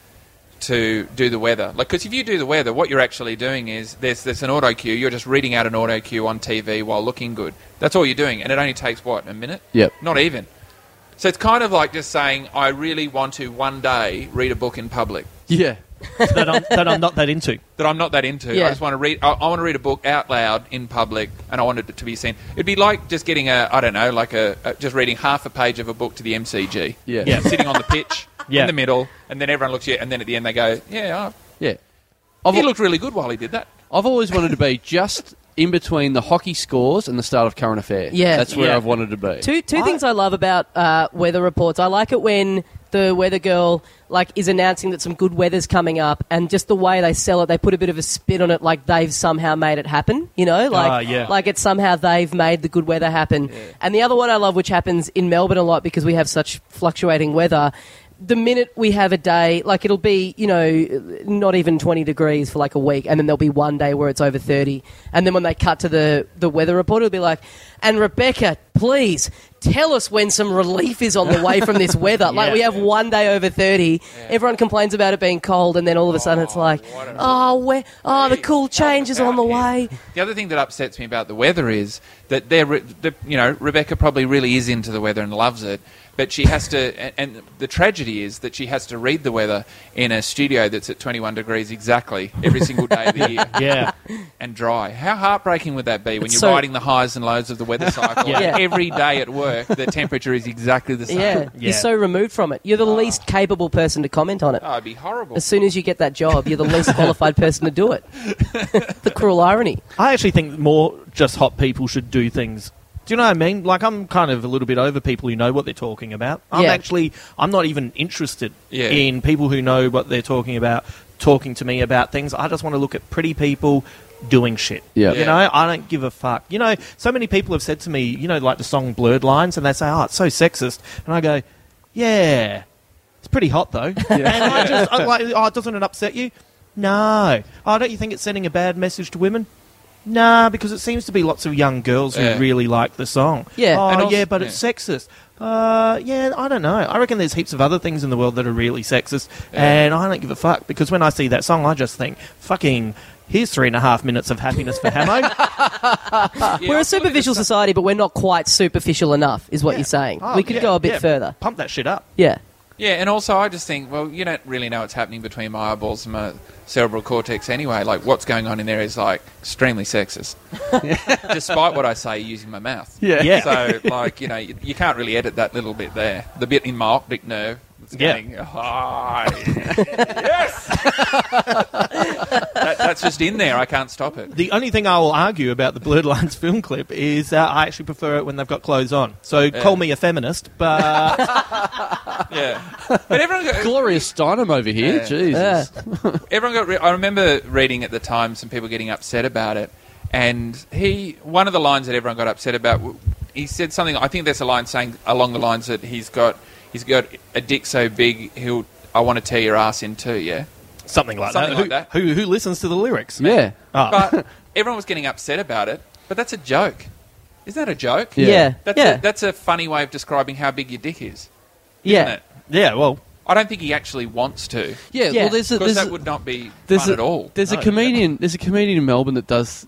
[SPEAKER 4] to do the weather. Like because if you do the weather, what you're actually doing is there's there's an auto cue. You're just reading out an auto cue on TV while looking good. That's all you're doing, and it only takes what a minute.
[SPEAKER 2] Yep.
[SPEAKER 4] Not even. So it's kind of like just saying, I really want to one day read a book in public
[SPEAKER 2] Yeah.
[SPEAKER 3] that, I'm, that I'm not that into.
[SPEAKER 4] that I'm not that into.
[SPEAKER 1] Yeah.
[SPEAKER 4] I just want to read. I, I want to read a book out loud in public, and I want it to be seen. It'd be like just getting a, I don't know, like a, a just reading half a page of a book to the MCG.
[SPEAKER 2] Yeah.
[SPEAKER 3] Yeah.
[SPEAKER 4] sitting on the pitch
[SPEAKER 3] Yeah.
[SPEAKER 4] in the middle, and then everyone looks at you, and then at the end they go, "Yeah,
[SPEAKER 2] Yeah.
[SPEAKER 4] oh,
[SPEAKER 2] I've,
[SPEAKER 4] he looked really good while he did that."
[SPEAKER 2] I've always wanted to be just in between the hockey scores and the start of current affairs.
[SPEAKER 1] Yeah.
[SPEAKER 2] That's where
[SPEAKER 3] Yeah.
[SPEAKER 2] I've wanted to be.
[SPEAKER 1] Two two things I love about uh, weather reports. I like it when the weather girl like is announcing that some good weather's coming up, and just the way they sell it, they put a bit of a spin on it, like they've somehow made it happen. You know, like
[SPEAKER 3] Ah, yeah.
[SPEAKER 1] like it's somehow they've made the good weather happen. And the other one I love, which happens in Melbourne a lot because we have such fluctuating weather. The minute we have a day, like it'll be, you know, not even 20 degrees for like a week, and then there'll be one day where it's over 30. And then when they cut to the, the weather report, it'll be like, and Rebecca, please tell us when some relief is on the way from this weather. Like we have one day over 30, everyone complains about it being cold, and then all of a sudden it's like,
[SPEAKER 4] what a-
[SPEAKER 1] oh, we oh, the cool change is on the
[SPEAKER 4] Yeah.
[SPEAKER 1] way.
[SPEAKER 4] The other thing that upsets me about the weather is that they're, re- the, you know, Rebecca probably really is into the weather and loves it, but she has to. And, and the tragedy is that she has to read the weather in a studio that's at 21 degrees exactly every single day of the year
[SPEAKER 3] Yeah.
[SPEAKER 4] and dry. How heartbreaking would that be when
[SPEAKER 1] It's
[SPEAKER 4] you're
[SPEAKER 1] so-
[SPEAKER 4] riding the highs and lows of the weather cycle?
[SPEAKER 3] Yeah.
[SPEAKER 4] and Every day at work, the temperature is exactly the same.
[SPEAKER 1] Yeah.
[SPEAKER 3] Yeah.
[SPEAKER 1] you're so removed from it. You're the least capable person to comment on it.
[SPEAKER 4] Oh, it'd be horrible.
[SPEAKER 1] As soon as you get that job, you're the least qualified person to do it. the cruel irony.
[SPEAKER 3] I actually think more just hot people should do things. Do you know what I mean? Like I'm kind of a little bit over people who know what they're talking about. I'm
[SPEAKER 1] Yeah.
[SPEAKER 3] actually I'm not even interested
[SPEAKER 4] Yeah.
[SPEAKER 3] in people who know what they're talking about talking to me about things. I just want to look at pretty people doing shit.
[SPEAKER 2] Yeah.
[SPEAKER 3] You know, I don't give a fuck. You know, so many people have said to me, you know, like the song Blurred Lines and they say, "Oh, it's so sexist." And I go, "Yeah. It's pretty hot though." And I just I'm like, "Oh, doesn't it upset you?" No. Oh, don't you think it's sending a bad message to women? Nah, because it seems to be lots of young girls who
[SPEAKER 4] Yeah.
[SPEAKER 3] really like the song.
[SPEAKER 1] Yeah,
[SPEAKER 3] Oh,
[SPEAKER 4] and also-
[SPEAKER 3] yeah, but it's
[SPEAKER 4] yeah.
[SPEAKER 3] sexist. Uh, yeah, I don't know. I reckon there's heaps of other things in the world that are really sexist,
[SPEAKER 4] Yeah.
[SPEAKER 3] and I don't give a fuck because when I see that song, I just think, fucking, here's three and a half minutes of happiness for Hamo.
[SPEAKER 4] Yeah,
[SPEAKER 1] we're
[SPEAKER 4] I
[SPEAKER 1] a
[SPEAKER 4] feel like it's-
[SPEAKER 1] superficial society, but we're not quite superficial enough, is what
[SPEAKER 3] Yeah.
[SPEAKER 1] you're saying.
[SPEAKER 3] Oh,
[SPEAKER 1] we could
[SPEAKER 3] yeah,
[SPEAKER 1] go a bit
[SPEAKER 3] yeah.
[SPEAKER 1] further.
[SPEAKER 3] Pump that shit up.
[SPEAKER 1] Yeah.
[SPEAKER 4] Yeah, and also I just think, well, you don't really know what's happening between my eyeballs and my cerebral cortex anyway. Like, what's going on in there is like extremely sexist, despite what I say using my mouth.
[SPEAKER 2] Yeah.
[SPEAKER 3] Yeah.
[SPEAKER 4] So, like, you know, you, you can't really edit that little bit there. The bit in my optic nerve. That's
[SPEAKER 3] Yeah.
[SPEAKER 4] going, "Ah, yes! that, that's just in there. I can't stop it.
[SPEAKER 3] The only thing I will argue about the Blurred Lines film clip is uh, I actually prefer it when they've got clothes on. So call me a feminist, but
[SPEAKER 4] Yeah. But everyone, go-
[SPEAKER 2] Gloria Steinem over here.
[SPEAKER 4] Yeah.
[SPEAKER 2] Jesus.
[SPEAKER 1] Yeah.
[SPEAKER 4] everyone got. Re- I remember reading at the time some people getting upset about it, and he one of the lines that everyone got upset about. w- He said something. I think that's a line saying along the lines that he's got he's got a dick so big he'll I want to tear your ass in two. Yeah,
[SPEAKER 3] something like
[SPEAKER 4] Something
[SPEAKER 3] that.
[SPEAKER 4] like
[SPEAKER 3] who,
[SPEAKER 4] that.
[SPEAKER 3] Who, who listens to the lyrics?
[SPEAKER 2] Yeah.
[SPEAKER 3] Oh.
[SPEAKER 4] but everyone was getting upset about it. But that's a joke. Is that a joke?
[SPEAKER 1] Yeah.
[SPEAKER 2] Yeah.
[SPEAKER 1] Yeah.
[SPEAKER 4] That's
[SPEAKER 1] yeah.
[SPEAKER 4] a, that's a funny way of describing how big your dick is, isn't
[SPEAKER 1] yeah.
[SPEAKER 4] it?
[SPEAKER 3] yeah, well,
[SPEAKER 4] I don't think he actually wants to.
[SPEAKER 2] Yeah,
[SPEAKER 1] Yeah.
[SPEAKER 2] well, there's a,
[SPEAKER 4] Because
[SPEAKER 2] there's
[SPEAKER 4] that
[SPEAKER 2] a,
[SPEAKER 4] would not be
[SPEAKER 2] there's
[SPEAKER 4] fun
[SPEAKER 2] a,
[SPEAKER 4] at all.
[SPEAKER 2] There's
[SPEAKER 3] No.
[SPEAKER 2] a comedian. There's a comedian in Melbourne that does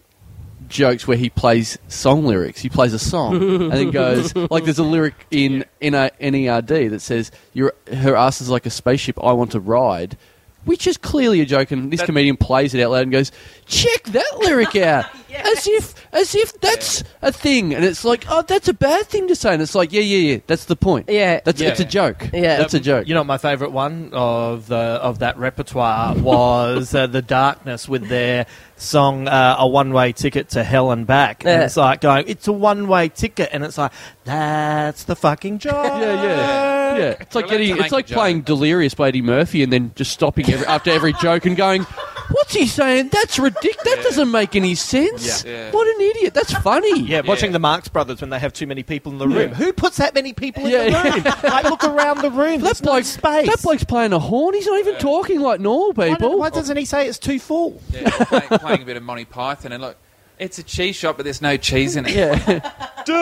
[SPEAKER 2] jokes where he plays song lyrics. He plays a song and then goes like, "There's a lyric E in N- NERD that says, Your, her ass is like a spaceship. I want to ride.'" which is clearly a joke, and this
[SPEAKER 4] That-
[SPEAKER 2] comedian plays it out loud and goes, "Check that lyric out," as if as if that's a thing, and it's like, "Oh, that's a bad thing to say," and it's like, "Yeah, yeah, yeah, that's the point.
[SPEAKER 1] Yeah.
[SPEAKER 2] that's
[SPEAKER 3] Yeah.
[SPEAKER 2] it's a joke.
[SPEAKER 1] Yeah.
[SPEAKER 2] that's a joke.
[SPEAKER 3] You know, my favourite one of the of that repertoire was uh, the Darkness with their song uh, "A One Way Ticket to Hell and Back." And
[SPEAKER 1] Yeah.
[SPEAKER 3] it's like going, "It's a one way ticket," and it's like, "That's the fucking joke."
[SPEAKER 2] yeah, yeah, yeah. It's like
[SPEAKER 4] Well, that's
[SPEAKER 2] getting,
[SPEAKER 4] to
[SPEAKER 2] it's
[SPEAKER 4] make
[SPEAKER 2] like
[SPEAKER 4] a joke.
[SPEAKER 2] playing delirious by Eddie Murphy, and then just stopping every, after every joke and going, "What's he saying? That's ridiculous. That doesn't make any sense.
[SPEAKER 4] Yeah. Yeah.
[SPEAKER 2] What an idiot. That's funny."
[SPEAKER 3] Yeah, watching
[SPEAKER 4] Yeah.
[SPEAKER 3] the Marx Brothers when they have too many people in the room. Who puts that many people in
[SPEAKER 2] Yeah.
[SPEAKER 3] the room? like, look around the room.
[SPEAKER 2] That
[SPEAKER 3] There's no
[SPEAKER 2] bloke,
[SPEAKER 3] space.
[SPEAKER 2] that bloke's playing a horn. He's not even talking like normal
[SPEAKER 3] why,
[SPEAKER 2] people.
[SPEAKER 3] don't- why doesn't he say it's too full?
[SPEAKER 4] Yeah, playing, playing a bit of Monty Python and look, it's a cheese shop, but there's no cheese in it.
[SPEAKER 2] yeah,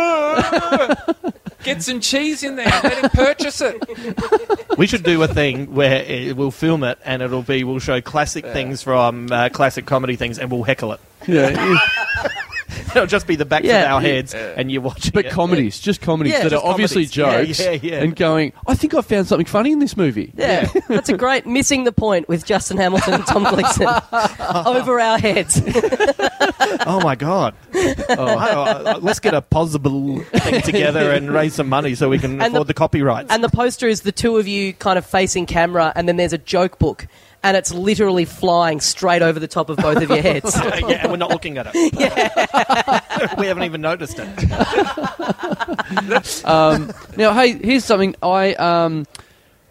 [SPEAKER 4] Duh! Get some cheese in there. Let him purchase it.
[SPEAKER 3] We should do a thing where it, we'll film it and it'll be we'll show classic things from uh, classic comedy things and we'll heckle it.
[SPEAKER 2] yeah.
[SPEAKER 3] It'll just be the backs of
[SPEAKER 1] Yeah.
[SPEAKER 3] our heads
[SPEAKER 4] Yeah.
[SPEAKER 3] and you watch
[SPEAKER 2] But
[SPEAKER 3] it.
[SPEAKER 2] comedies, just comedies
[SPEAKER 1] Yeah,
[SPEAKER 2] that
[SPEAKER 1] just
[SPEAKER 2] are obviously
[SPEAKER 3] comedies.
[SPEAKER 2] jokes,
[SPEAKER 3] Yeah, yeah, yeah.
[SPEAKER 2] and going, I think I found something funny in this movie.
[SPEAKER 1] Yeah, that's a great missing the point with Justin Hamilton and Tom Gleason over our heads.
[SPEAKER 3] oh my god! Oh, let's get a possible thing together and raise some money so we can
[SPEAKER 1] And the-
[SPEAKER 3] afford the, copyrights.
[SPEAKER 1] And the poster is the two of you kind of facing camera, and then there's a joke book, and it's literally flying straight over the top of both of your heads.
[SPEAKER 3] yeah, and we're not looking at it. we haven't even noticed it.
[SPEAKER 2] Um, now, hey, here's something. I um,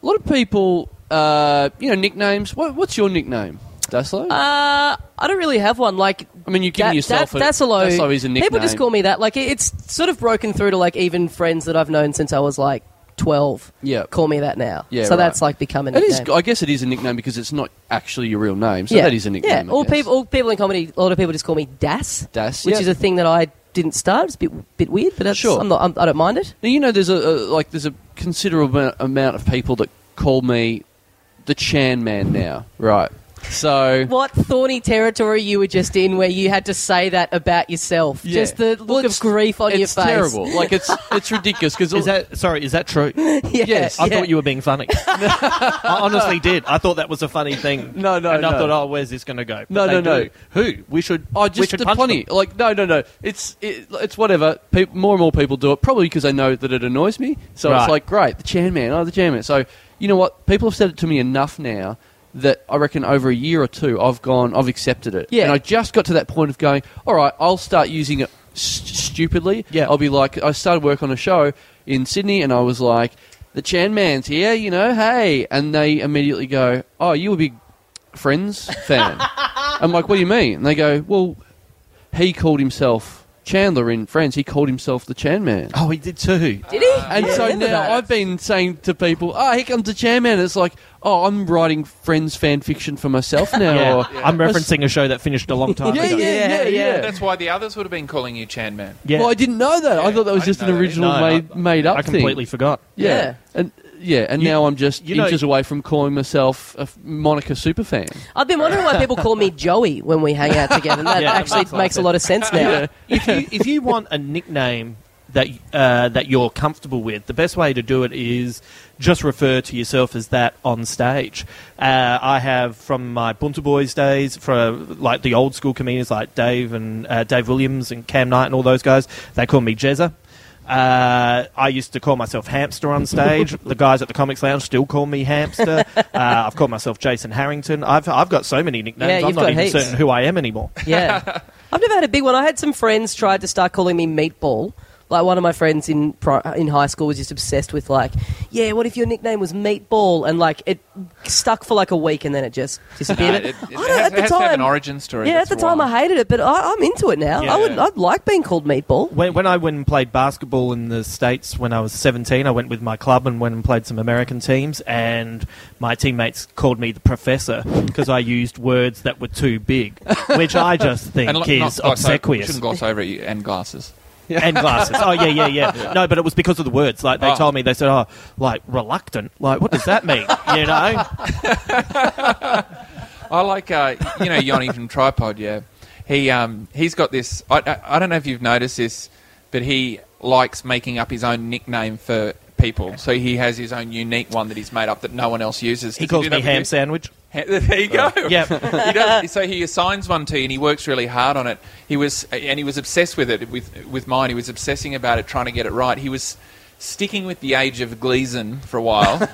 [SPEAKER 2] a lot of people, uh, you know, nicknames. What, what's your nickname, Daslo?
[SPEAKER 1] Uh, I don't really have one. Like,
[SPEAKER 2] I mean, you're giving
[SPEAKER 1] that,
[SPEAKER 2] yourself
[SPEAKER 1] that,
[SPEAKER 2] a,
[SPEAKER 1] Dasilo,
[SPEAKER 2] Daslo is a nickname.
[SPEAKER 1] People just call me that. Like, it- it's sort of broken through to like even friends that I've known since I was like twelve.
[SPEAKER 2] Yeah.
[SPEAKER 1] call me that now.
[SPEAKER 2] Yeah,
[SPEAKER 1] so
[SPEAKER 2] right.
[SPEAKER 1] that's like becoming.
[SPEAKER 2] It is. I guess it is a nickname because it's not actually your real name. So that is a nickname.
[SPEAKER 1] Yeah,
[SPEAKER 2] I
[SPEAKER 1] all
[SPEAKER 2] guess.
[SPEAKER 1] people, all people in comedy, a lot of people just call me Das.
[SPEAKER 2] Das,
[SPEAKER 1] which
[SPEAKER 2] yeah.
[SPEAKER 1] is a thing that I didn't start. It's a bit, bit weird, but that's,
[SPEAKER 2] Sure.
[SPEAKER 1] I'm not, I'm, I don't mind it.
[SPEAKER 2] Now you know there's a, a like there's a considerable amou- amount of people that call me the Chan Man now, right? So
[SPEAKER 1] What thorny territory you were just in, where you had to say that about yourself?
[SPEAKER 2] Yeah.
[SPEAKER 1] Just the look
[SPEAKER 2] Well,
[SPEAKER 1] of
[SPEAKER 2] it's-
[SPEAKER 1] grief on
[SPEAKER 2] it's
[SPEAKER 1] your face.
[SPEAKER 2] terrible. Like it's it's ridiculous because
[SPEAKER 3] Is that sorry? Is that true? I
[SPEAKER 1] Yeah,
[SPEAKER 2] Yes.
[SPEAKER 1] yeah.
[SPEAKER 3] thought you were being funny. I honestly did. I thought that was a funny thing.
[SPEAKER 2] No, no,
[SPEAKER 3] And I
[SPEAKER 2] no.
[SPEAKER 3] thought, oh, where's this going to go? But
[SPEAKER 2] No,
[SPEAKER 3] they
[SPEAKER 2] no, no.
[SPEAKER 3] do. Who? We should.
[SPEAKER 2] Oh,
[SPEAKER 3] we
[SPEAKER 2] just
[SPEAKER 3] should
[SPEAKER 2] the
[SPEAKER 3] punch
[SPEAKER 2] punny.
[SPEAKER 3] them.
[SPEAKER 2] Like, no, no, no. It's it, it's whatever. Peop more and more people do it, probably because they know that it annoys me. So
[SPEAKER 3] Right.
[SPEAKER 2] it's like, great, the Chan Man, oh, the Chan Man. So you know what? People have said it to me enough now that I reckon over a year or two, I've gone, I've accepted it.
[SPEAKER 1] Yeah.
[SPEAKER 2] And I just got to that point of going, all right, I'll start using it st- stupidly.
[SPEAKER 3] Yeah.
[SPEAKER 2] I'll be like, I started work on a show in Sydney, and I was like, the Chan Man's here, you know, hey, and they immediately go, oh, you a big Friends fan. I'm like, what do you mean? And they go, well, he called himself Chandler in Friends. He called himself the Chan Man.
[SPEAKER 3] Oh, he did too.
[SPEAKER 1] Did he?
[SPEAKER 2] And
[SPEAKER 1] Yeah, I
[SPEAKER 2] so
[SPEAKER 1] remember
[SPEAKER 2] now
[SPEAKER 1] that.
[SPEAKER 2] I've been saying to people, oh, here comes the Chan Man. It's like, oh, I'm writing Friends fan fiction for myself now.
[SPEAKER 3] Yeah.
[SPEAKER 2] Or,
[SPEAKER 3] I'm referencing a show that finished a long time
[SPEAKER 2] yeah,
[SPEAKER 3] ago.
[SPEAKER 2] yeah, yeah,
[SPEAKER 1] Yeah,
[SPEAKER 2] yeah,
[SPEAKER 1] yeah.
[SPEAKER 4] That's why the others would have been calling you Chan Man.
[SPEAKER 3] Yeah.
[SPEAKER 2] Well, I didn't know that. I
[SPEAKER 4] Yeah,
[SPEAKER 2] thought that was
[SPEAKER 4] I
[SPEAKER 2] just an
[SPEAKER 4] didn't know that
[SPEAKER 2] original
[SPEAKER 3] either. No,
[SPEAKER 2] made, made up
[SPEAKER 3] I completely
[SPEAKER 2] thing.
[SPEAKER 3] forgot.
[SPEAKER 2] Yeah.
[SPEAKER 1] Yeah.
[SPEAKER 2] And yeah, and
[SPEAKER 3] You-
[SPEAKER 2] now I'm just
[SPEAKER 3] you know-
[SPEAKER 2] inches away from calling myself a Monica superfan.
[SPEAKER 1] I've been wondering why people call me Joey when we hang out together. And that
[SPEAKER 3] Yeah, that
[SPEAKER 1] actually
[SPEAKER 3] makes a lot
[SPEAKER 1] makes
[SPEAKER 3] of
[SPEAKER 1] a lot of sense now.
[SPEAKER 2] Yeah.
[SPEAKER 3] if you if you want a nickname that uh, that you're comfortable with, the best way to do it is just refer to yourself as that on stage. Uh, I have from my Bunta Boys days, from like the old school comedians like Dave and uh, Dave Williams and Cam Knight and all those guys. They call me Jezza. Uh, I used to call myself Hamster on stage. the guys at the Comics Lounge still call me Hamster. uh, I've called myself Jason Harrington. I've I've got so many nicknames.
[SPEAKER 1] Yeah,
[SPEAKER 3] I'm
[SPEAKER 1] you've
[SPEAKER 3] not
[SPEAKER 1] got
[SPEAKER 3] even
[SPEAKER 1] heaps.
[SPEAKER 3] certain who I am anymore.
[SPEAKER 1] Yeah. I've never had a big one. I had some friends try to start calling me meatball. Like one of my friends in pri- in high school was just obsessed with like, yeah, what if your nickname was meatball? And like it stuck for like a week and then it just
[SPEAKER 4] No,
[SPEAKER 1] disappeared.
[SPEAKER 4] it, it
[SPEAKER 1] But I don't-
[SPEAKER 4] has,
[SPEAKER 1] at the
[SPEAKER 4] has
[SPEAKER 1] time,
[SPEAKER 4] to have an origin story.
[SPEAKER 1] yeah, at the
[SPEAKER 4] That's
[SPEAKER 1] time
[SPEAKER 4] why.
[SPEAKER 1] I hated it, but I, I'm into it now.
[SPEAKER 3] Yeah.
[SPEAKER 1] I would I'd like being called meatball.
[SPEAKER 3] When, when I went and played basketball in the States when I was 17, I went with my club and went and played some American teams, and my teammates called me the professor because I used words that were too big, which I just think
[SPEAKER 4] lo-
[SPEAKER 3] is
[SPEAKER 4] gloss over-
[SPEAKER 3] obsequious.
[SPEAKER 4] shouldn't gloss over it, you- and glasses.
[SPEAKER 3] and glasses. Oh, yeah, yeah, yeah, No, but it was because of the words. Like, they
[SPEAKER 4] Oh.
[SPEAKER 3] told me, they said, oh, like, reluctant. Like, what does that mean? you know?
[SPEAKER 4] I like uh, you know Yoni from Tripod. Yeah, he um, he's got this. I, I I don't know if you've noticed this, but he likes making up his own nickname for people. So he has his own unique one that he's made up that no one else uses. Does
[SPEAKER 3] He calls
[SPEAKER 4] do
[SPEAKER 3] me
[SPEAKER 4] that with you?
[SPEAKER 3] ham sandwich.
[SPEAKER 4] There you go.
[SPEAKER 3] Yep.
[SPEAKER 4] he does, so he assigns one to you, and he works really hard on it. He was, and he was obsessed with it. With with mine, he was obsessing about it, trying to get it right. He was sticking with the age of Gleason for a while,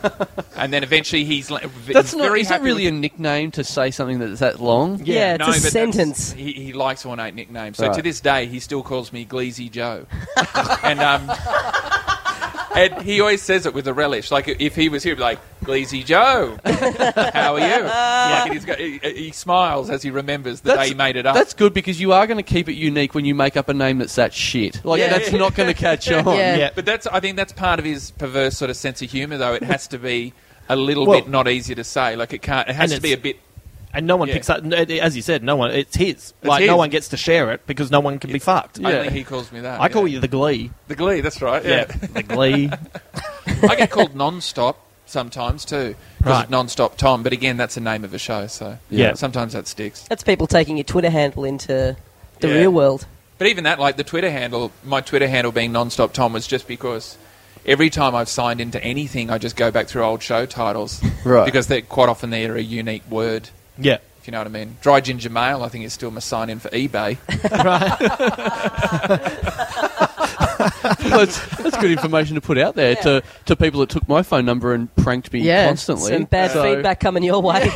[SPEAKER 4] and then eventually he's la-
[SPEAKER 2] That's
[SPEAKER 4] he's
[SPEAKER 2] not.
[SPEAKER 4] very
[SPEAKER 2] Is that
[SPEAKER 4] happy
[SPEAKER 2] really
[SPEAKER 4] with-
[SPEAKER 2] a nickname to say something that's that long?
[SPEAKER 1] Yeah, it's
[SPEAKER 4] No,
[SPEAKER 1] a
[SPEAKER 4] but that's-
[SPEAKER 1] sentence.
[SPEAKER 4] He, he likes ornate nicknames. So
[SPEAKER 2] Right.
[SPEAKER 4] to this day, he still calls me Gleazy Joe. and, um, and he always says it with a relish. Like if he was here, he'd be like, Gleazy Joe, how are you? Like, and he's got, he, he smiles as he remembers the day he made it up.
[SPEAKER 2] That's good because you are going to keep it unique when you make up a name that's that shit. Like
[SPEAKER 4] Yeah.
[SPEAKER 2] oh, that's not going to catch on.
[SPEAKER 1] Yeah.
[SPEAKER 3] Yeah.
[SPEAKER 4] But that's, I think that's part of his perverse sort of sense of humour, though. It has to be a little
[SPEAKER 3] Well-
[SPEAKER 4] bit not easy to say. Like it can't, it has
[SPEAKER 3] And
[SPEAKER 4] to be a
[SPEAKER 3] it's-
[SPEAKER 4] bit.
[SPEAKER 3] And no one
[SPEAKER 4] Yeah.
[SPEAKER 3] picks up, no, it- as you said, no one, it's his. like,
[SPEAKER 4] his.
[SPEAKER 3] no one gets to share it because no one can be fucked.
[SPEAKER 2] Yeah.
[SPEAKER 4] Only he calls me that.
[SPEAKER 3] I call
[SPEAKER 4] yeah.
[SPEAKER 3] you the glee.
[SPEAKER 4] the Glee. That's right. yeah.
[SPEAKER 3] the glee.
[SPEAKER 4] I get called non-stop sometimes too, because
[SPEAKER 3] Right.
[SPEAKER 4] of non-stop Tom. But again, that's the name of a show, so
[SPEAKER 3] Yeah.
[SPEAKER 4] sometimes that sticks.
[SPEAKER 1] That's people taking your Twitter handle into the
[SPEAKER 4] Yeah.
[SPEAKER 1] real world.
[SPEAKER 4] But even that, like the Twitter handle, my Twitter handle being non-stop Tom was just because every time I've signed into anything, I just go back through old show titles,
[SPEAKER 2] Right.
[SPEAKER 4] Because they're quite often they're a unique word.
[SPEAKER 3] Yeah.
[SPEAKER 4] If you know what I mean. Dry ginger mail, I think, is still my sign in for eBay.
[SPEAKER 2] that's, that's good information to put out there to, to people that took my phone number and pranked me
[SPEAKER 1] Yeah,
[SPEAKER 2] constantly.
[SPEAKER 1] some bad
[SPEAKER 2] So-
[SPEAKER 1] feedback coming your way.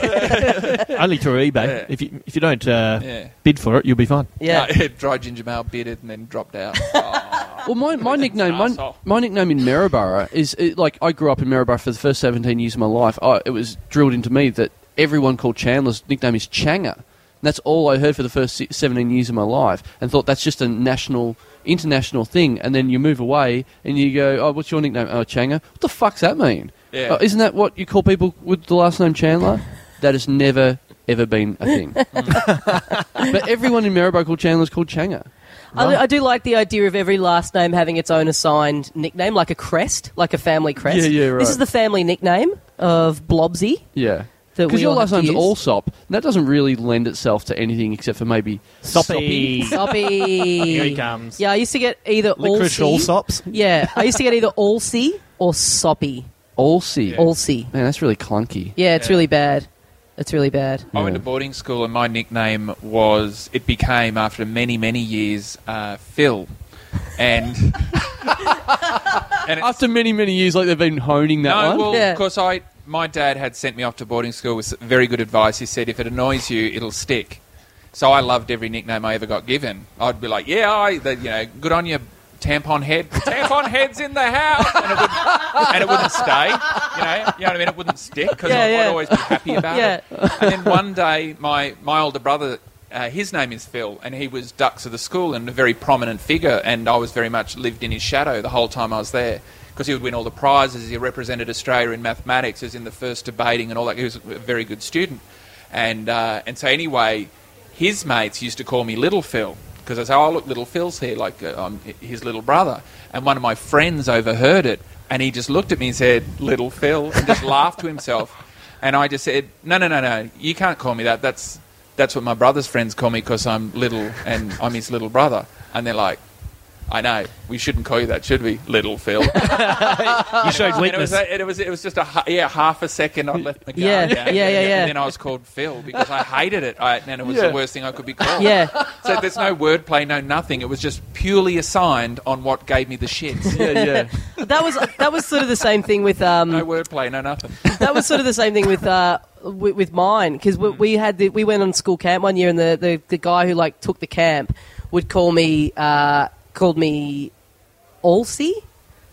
[SPEAKER 3] Only through eBay.
[SPEAKER 4] Yeah.
[SPEAKER 3] If you if you don't uh,
[SPEAKER 4] Yeah.
[SPEAKER 3] bid for it, you'll be fine.
[SPEAKER 1] yeah.
[SPEAKER 4] No, dry ginger mail, bidded and then dropped out. Oh.
[SPEAKER 2] Well, my, my nickname my,
[SPEAKER 4] Arsehole.
[SPEAKER 2] my nickname in Maryborough is it, like I grew up in Maryborough for the first seventeen years of my life. I, it was drilled into me that everyone called Chandler's nickname is Changer. And that's all I heard for the first si- seventeen years of my life, and thought that's just a national, international thing. And then you move away and you go, "Oh, what's your nickname? Oh, Changer. What the fuck's that mean?
[SPEAKER 4] Yeah.
[SPEAKER 2] Oh, isn't that what you call people with the last name Chandler? that has never ever been a thing. but everyone in Maryborough called Chandler's called Changer.
[SPEAKER 1] I, do- I do like the idea of every last name having its own assigned nickname, like a crest, like a family crest.
[SPEAKER 2] Yeah, yeah, right.
[SPEAKER 1] This is the family nickname of Blobsy.
[SPEAKER 2] Yeah.
[SPEAKER 1] that
[SPEAKER 2] Because
[SPEAKER 1] we
[SPEAKER 2] your
[SPEAKER 1] all
[SPEAKER 2] last
[SPEAKER 1] have to
[SPEAKER 2] name's
[SPEAKER 1] use.
[SPEAKER 2] Allsop, and that doesn't really lend itself to anything except for maybe
[SPEAKER 3] Soppy.
[SPEAKER 1] Soppy.
[SPEAKER 3] Here he comes.
[SPEAKER 1] Yeah, I used to get either
[SPEAKER 3] Licorice
[SPEAKER 1] Allsy-
[SPEAKER 3] Allsops.
[SPEAKER 1] Yeah, I used to get either Allsy or Soppy.
[SPEAKER 2] Allsy.
[SPEAKER 1] Allsy.
[SPEAKER 2] Man, that's really clunky.
[SPEAKER 1] Yeah, it's
[SPEAKER 4] Yeah.
[SPEAKER 1] really bad. It's really bad.
[SPEAKER 4] I went
[SPEAKER 2] Yeah.
[SPEAKER 4] to boarding school, and my nickname was it became after many many years uh, Phil, and and it's-
[SPEAKER 2] After many, many years, like they've been honing that
[SPEAKER 4] no,
[SPEAKER 2] one.
[SPEAKER 4] well,
[SPEAKER 1] Yeah.
[SPEAKER 4] of course I my dad had sent me off to boarding school with very good advice. He said if it annoys you, it'll stick. So I loved every nickname I ever got given. I'd be like, yeah, I, the, you know, good on you, tampon head. Tampon head's in the house, and it wouldn't, and it wouldn't stay. You know, you know what I mean? It wouldn't stick because
[SPEAKER 1] Yeah,
[SPEAKER 4] I'd, I'd
[SPEAKER 1] yeah.
[SPEAKER 4] always be happy about
[SPEAKER 1] Yeah.
[SPEAKER 4] it. And then one day, my my older brother. Uh, his name is Phil, and he was Ducks of the school and a very prominent figure. And I was very much lived in his shadow the whole time I was there because he would win all the prizes. He represented Australia in mathematics, he was in the first debating and all that. He was a very good student, and uh, and so anyway, his mates used to call me Little Phil because I say, "Oh, look, Little Phil's here, like uh, I'm his little brother." And one of my friends overheard it, and he just looked at me and said, "Little Phil," and just laughed to himself. And I just said, "No, no, no, no, you can't call me that. That's that's what my brother's friends call me because I'm little and I'm his little brother." And they're like. I know. We shouldn't call you that, should we, little Phil? and
[SPEAKER 3] You showed
[SPEAKER 4] it was,
[SPEAKER 3] weakness.
[SPEAKER 4] and it was, it was just a ha- yeah, half a second I left my guard
[SPEAKER 1] Yeah,
[SPEAKER 4] down,
[SPEAKER 1] yeah, yeah, yeah.
[SPEAKER 4] And then I was called Phil because I hated it, I, and it was
[SPEAKER 2] Yeah.
[SPEAKER 4] the worst thing I could be called.
[SPEAKER 1] Yeah.
[SPEAKER 4] So there's no wordplay, no nothing. It was just purely assigned on what gave me the shits.
[SPEAKER 2] yeah, yeah.
[SPEAKER 1] But that was that was sort of the same thing with um,
[SPEAKER 4] No wordplay, no nothing.
[SPEAKER 1] that was sort of the same thing with uh, with, with mine because we, we had the, we went on school camp one year and the, the, the guy who like took the camp would call me uh, called me Allsy.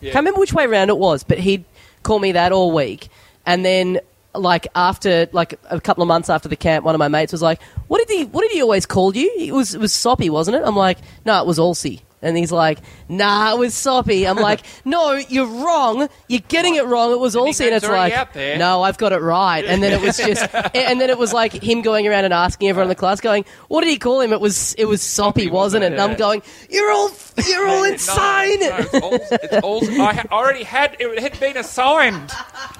[SPEAKER 4] Yeah.
[SPEAKER 1] Can't remember which way around it was, but he'd call me that all week, and then like after like a couple of months after the camp, one of my mates was like, "What did he? What did he always call you? It was it was Soppy, wasn't it?" I'm like, "No, it was Allsy." And he's like, "Nah, it was Soppy." I'm like, "No, you're wrong. You're getting it wrong. It was
[SPEAKER 4] The
[SPEAKER 1] Allsy." And
[SPEAKER 4] nickname's
[SPEAKER 1] it's
[SPEAKER 4] already
[SPEAKER 1] like,
[SPEAKER 4] out there.
[SPEAKER 1] "No, oh, I've got it right. And then it was just, and then it was like him going around and asking everyone in the class, going, "What did he call him?" It was, it was soppy, wasn't it? And I'm going, "You're all, you're all insane."
[SPEAKER 4] No, no, it's all, it's all, I ha- already had, it had been assigned.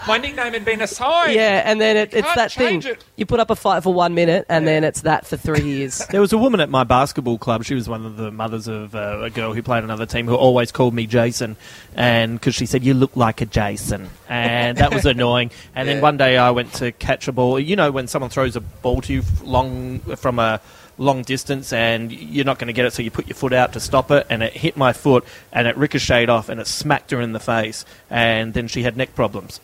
[SPEAKER 4] My nickname had been assigned.
[SPEAKER 1] Yeah, and then it,
[SPEAKER 4] You
[SPEAKER 1] it's
[SPEAKER 4] can't
[SPEAKER 1] that thing.
[SPEAKER 4] change it.
[SPEAKER 1] You put up a fight for one minute, and then it's that for three years.
[SPEAKER 3] There was a woman at my basketball club. She was one of the mothers of uh, another girl who played another team who always called me Jason, and because she said you look like a Jason, and that was annoying. And
[SPEAKER 4] Yeah.
[SPEAKER 3] then one day I went to catch a ball. You know when someone throws a ball to you f- long from a long distance and you're not going to get it so you put your foot out to stop it and it hit my foot and it ricocheted off and it smacked her in the face and then she had neck problems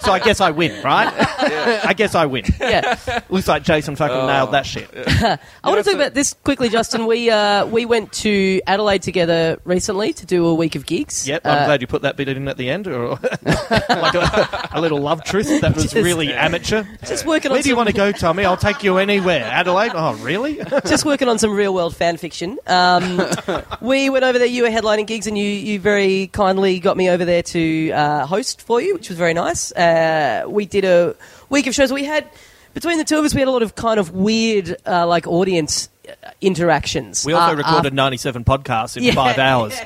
[SPEAKER 3] so i guess i win right i guess i win
[SPEAKER 1] yeah.
[SPEAKER 3] looks like jason fucking nailed that shit
[SPEAKER 1] I want to talk about this quickly, Justin. We uh, we went to Adelaide together recently to do a week of gigs.
[SPEAKER 3] Yep, I'm
[SPEAKER 1] Uh,
[SPEAKER 3] glad you put that bit in at the end, or like a, a little love tryst that was
[SPEAKER 1] Just-
[SPEAKER 3] really amateur.
[SPEAKER 1] Just working on
[SPEAKER 3] Where do you
[SPEAKER 1] some-
[SPEAKER 3] want to go, Tommy? I'll take you anywhere. Adelaide? Oh, really?
[SPEAKER 1] just working on some real world fan fiction. Um, we went over there. You were headlining gigs, and you, you very kindly got me over there to uh, host for you, which was very nice. Uh, we did a week of shows. We had between the two of us, we had a lot of kind of weird uh, like audience uh, interactions.
[SPEAKER 3] We also
[SPEAKER 1] Uh,
[SPEAKER 3] recorded 97 podcasts in
[SPEAKER 1] Yeah.
[SPEAKER 3] five hours.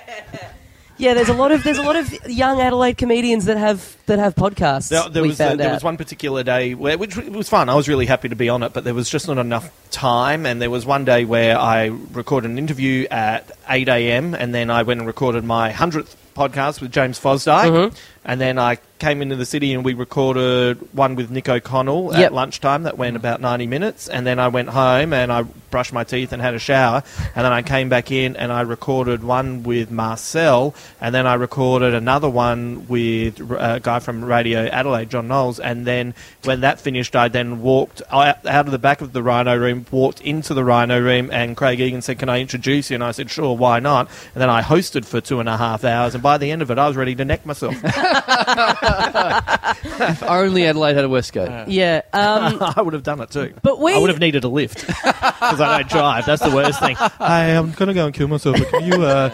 [SPEAKER 1] Yeah, there's a lot of there's a lot of young Adelaide comedians that have that have podcasts.
[SPEAKER 3] There, there
[SPEAKER 1] we
[SPEAKER 3] was uh,
[SPEAKER 1] found
[SPEAKER 3] there
[SPEAKER 1] out.
[SPEAKER 3] was one particular day where which was fun. I was really happy to be on it, but there was just not enough time. And there was one day where I recorded an interview at eight a.m. and then I went and recorded my hundredth podcast with James Fosdyke.
[SPEAKER 1] Mm-hmm.
[SPEAKER 3] And then I came into the city and we recorded one with Nick O'Connell
[SPEAKER 1] Yep.
[SPEAKER 3] at lunchtime that went about 90 minutes. And then I went home and I brushed my teeth and had a shower. And then I came back in and I recorded one with Marcel. And then I recorded another one with uh, a guy from Radio Adelaide, John Knowles. And then when that finished, I then walked out out of the back of the Rhino Room, walked into the Rhino Room, and Craig Egan said, Can I introduce you? And I said, Sure, why not? And then I hosted for two and a half hours. And by the end of it, I was ready to neck myself.
[SPEAKER 2] If only Adelaide had a Westgate.
[SPEAKER 1] yeah. Um,
[SPEAKER 3] I would have done it too.
[SPEAKER 1] But we-
[SPEAKER 3] I would have needed a lift because I don't drive. That's the worst thing. I am gonna go and kill myself. But can you, uh,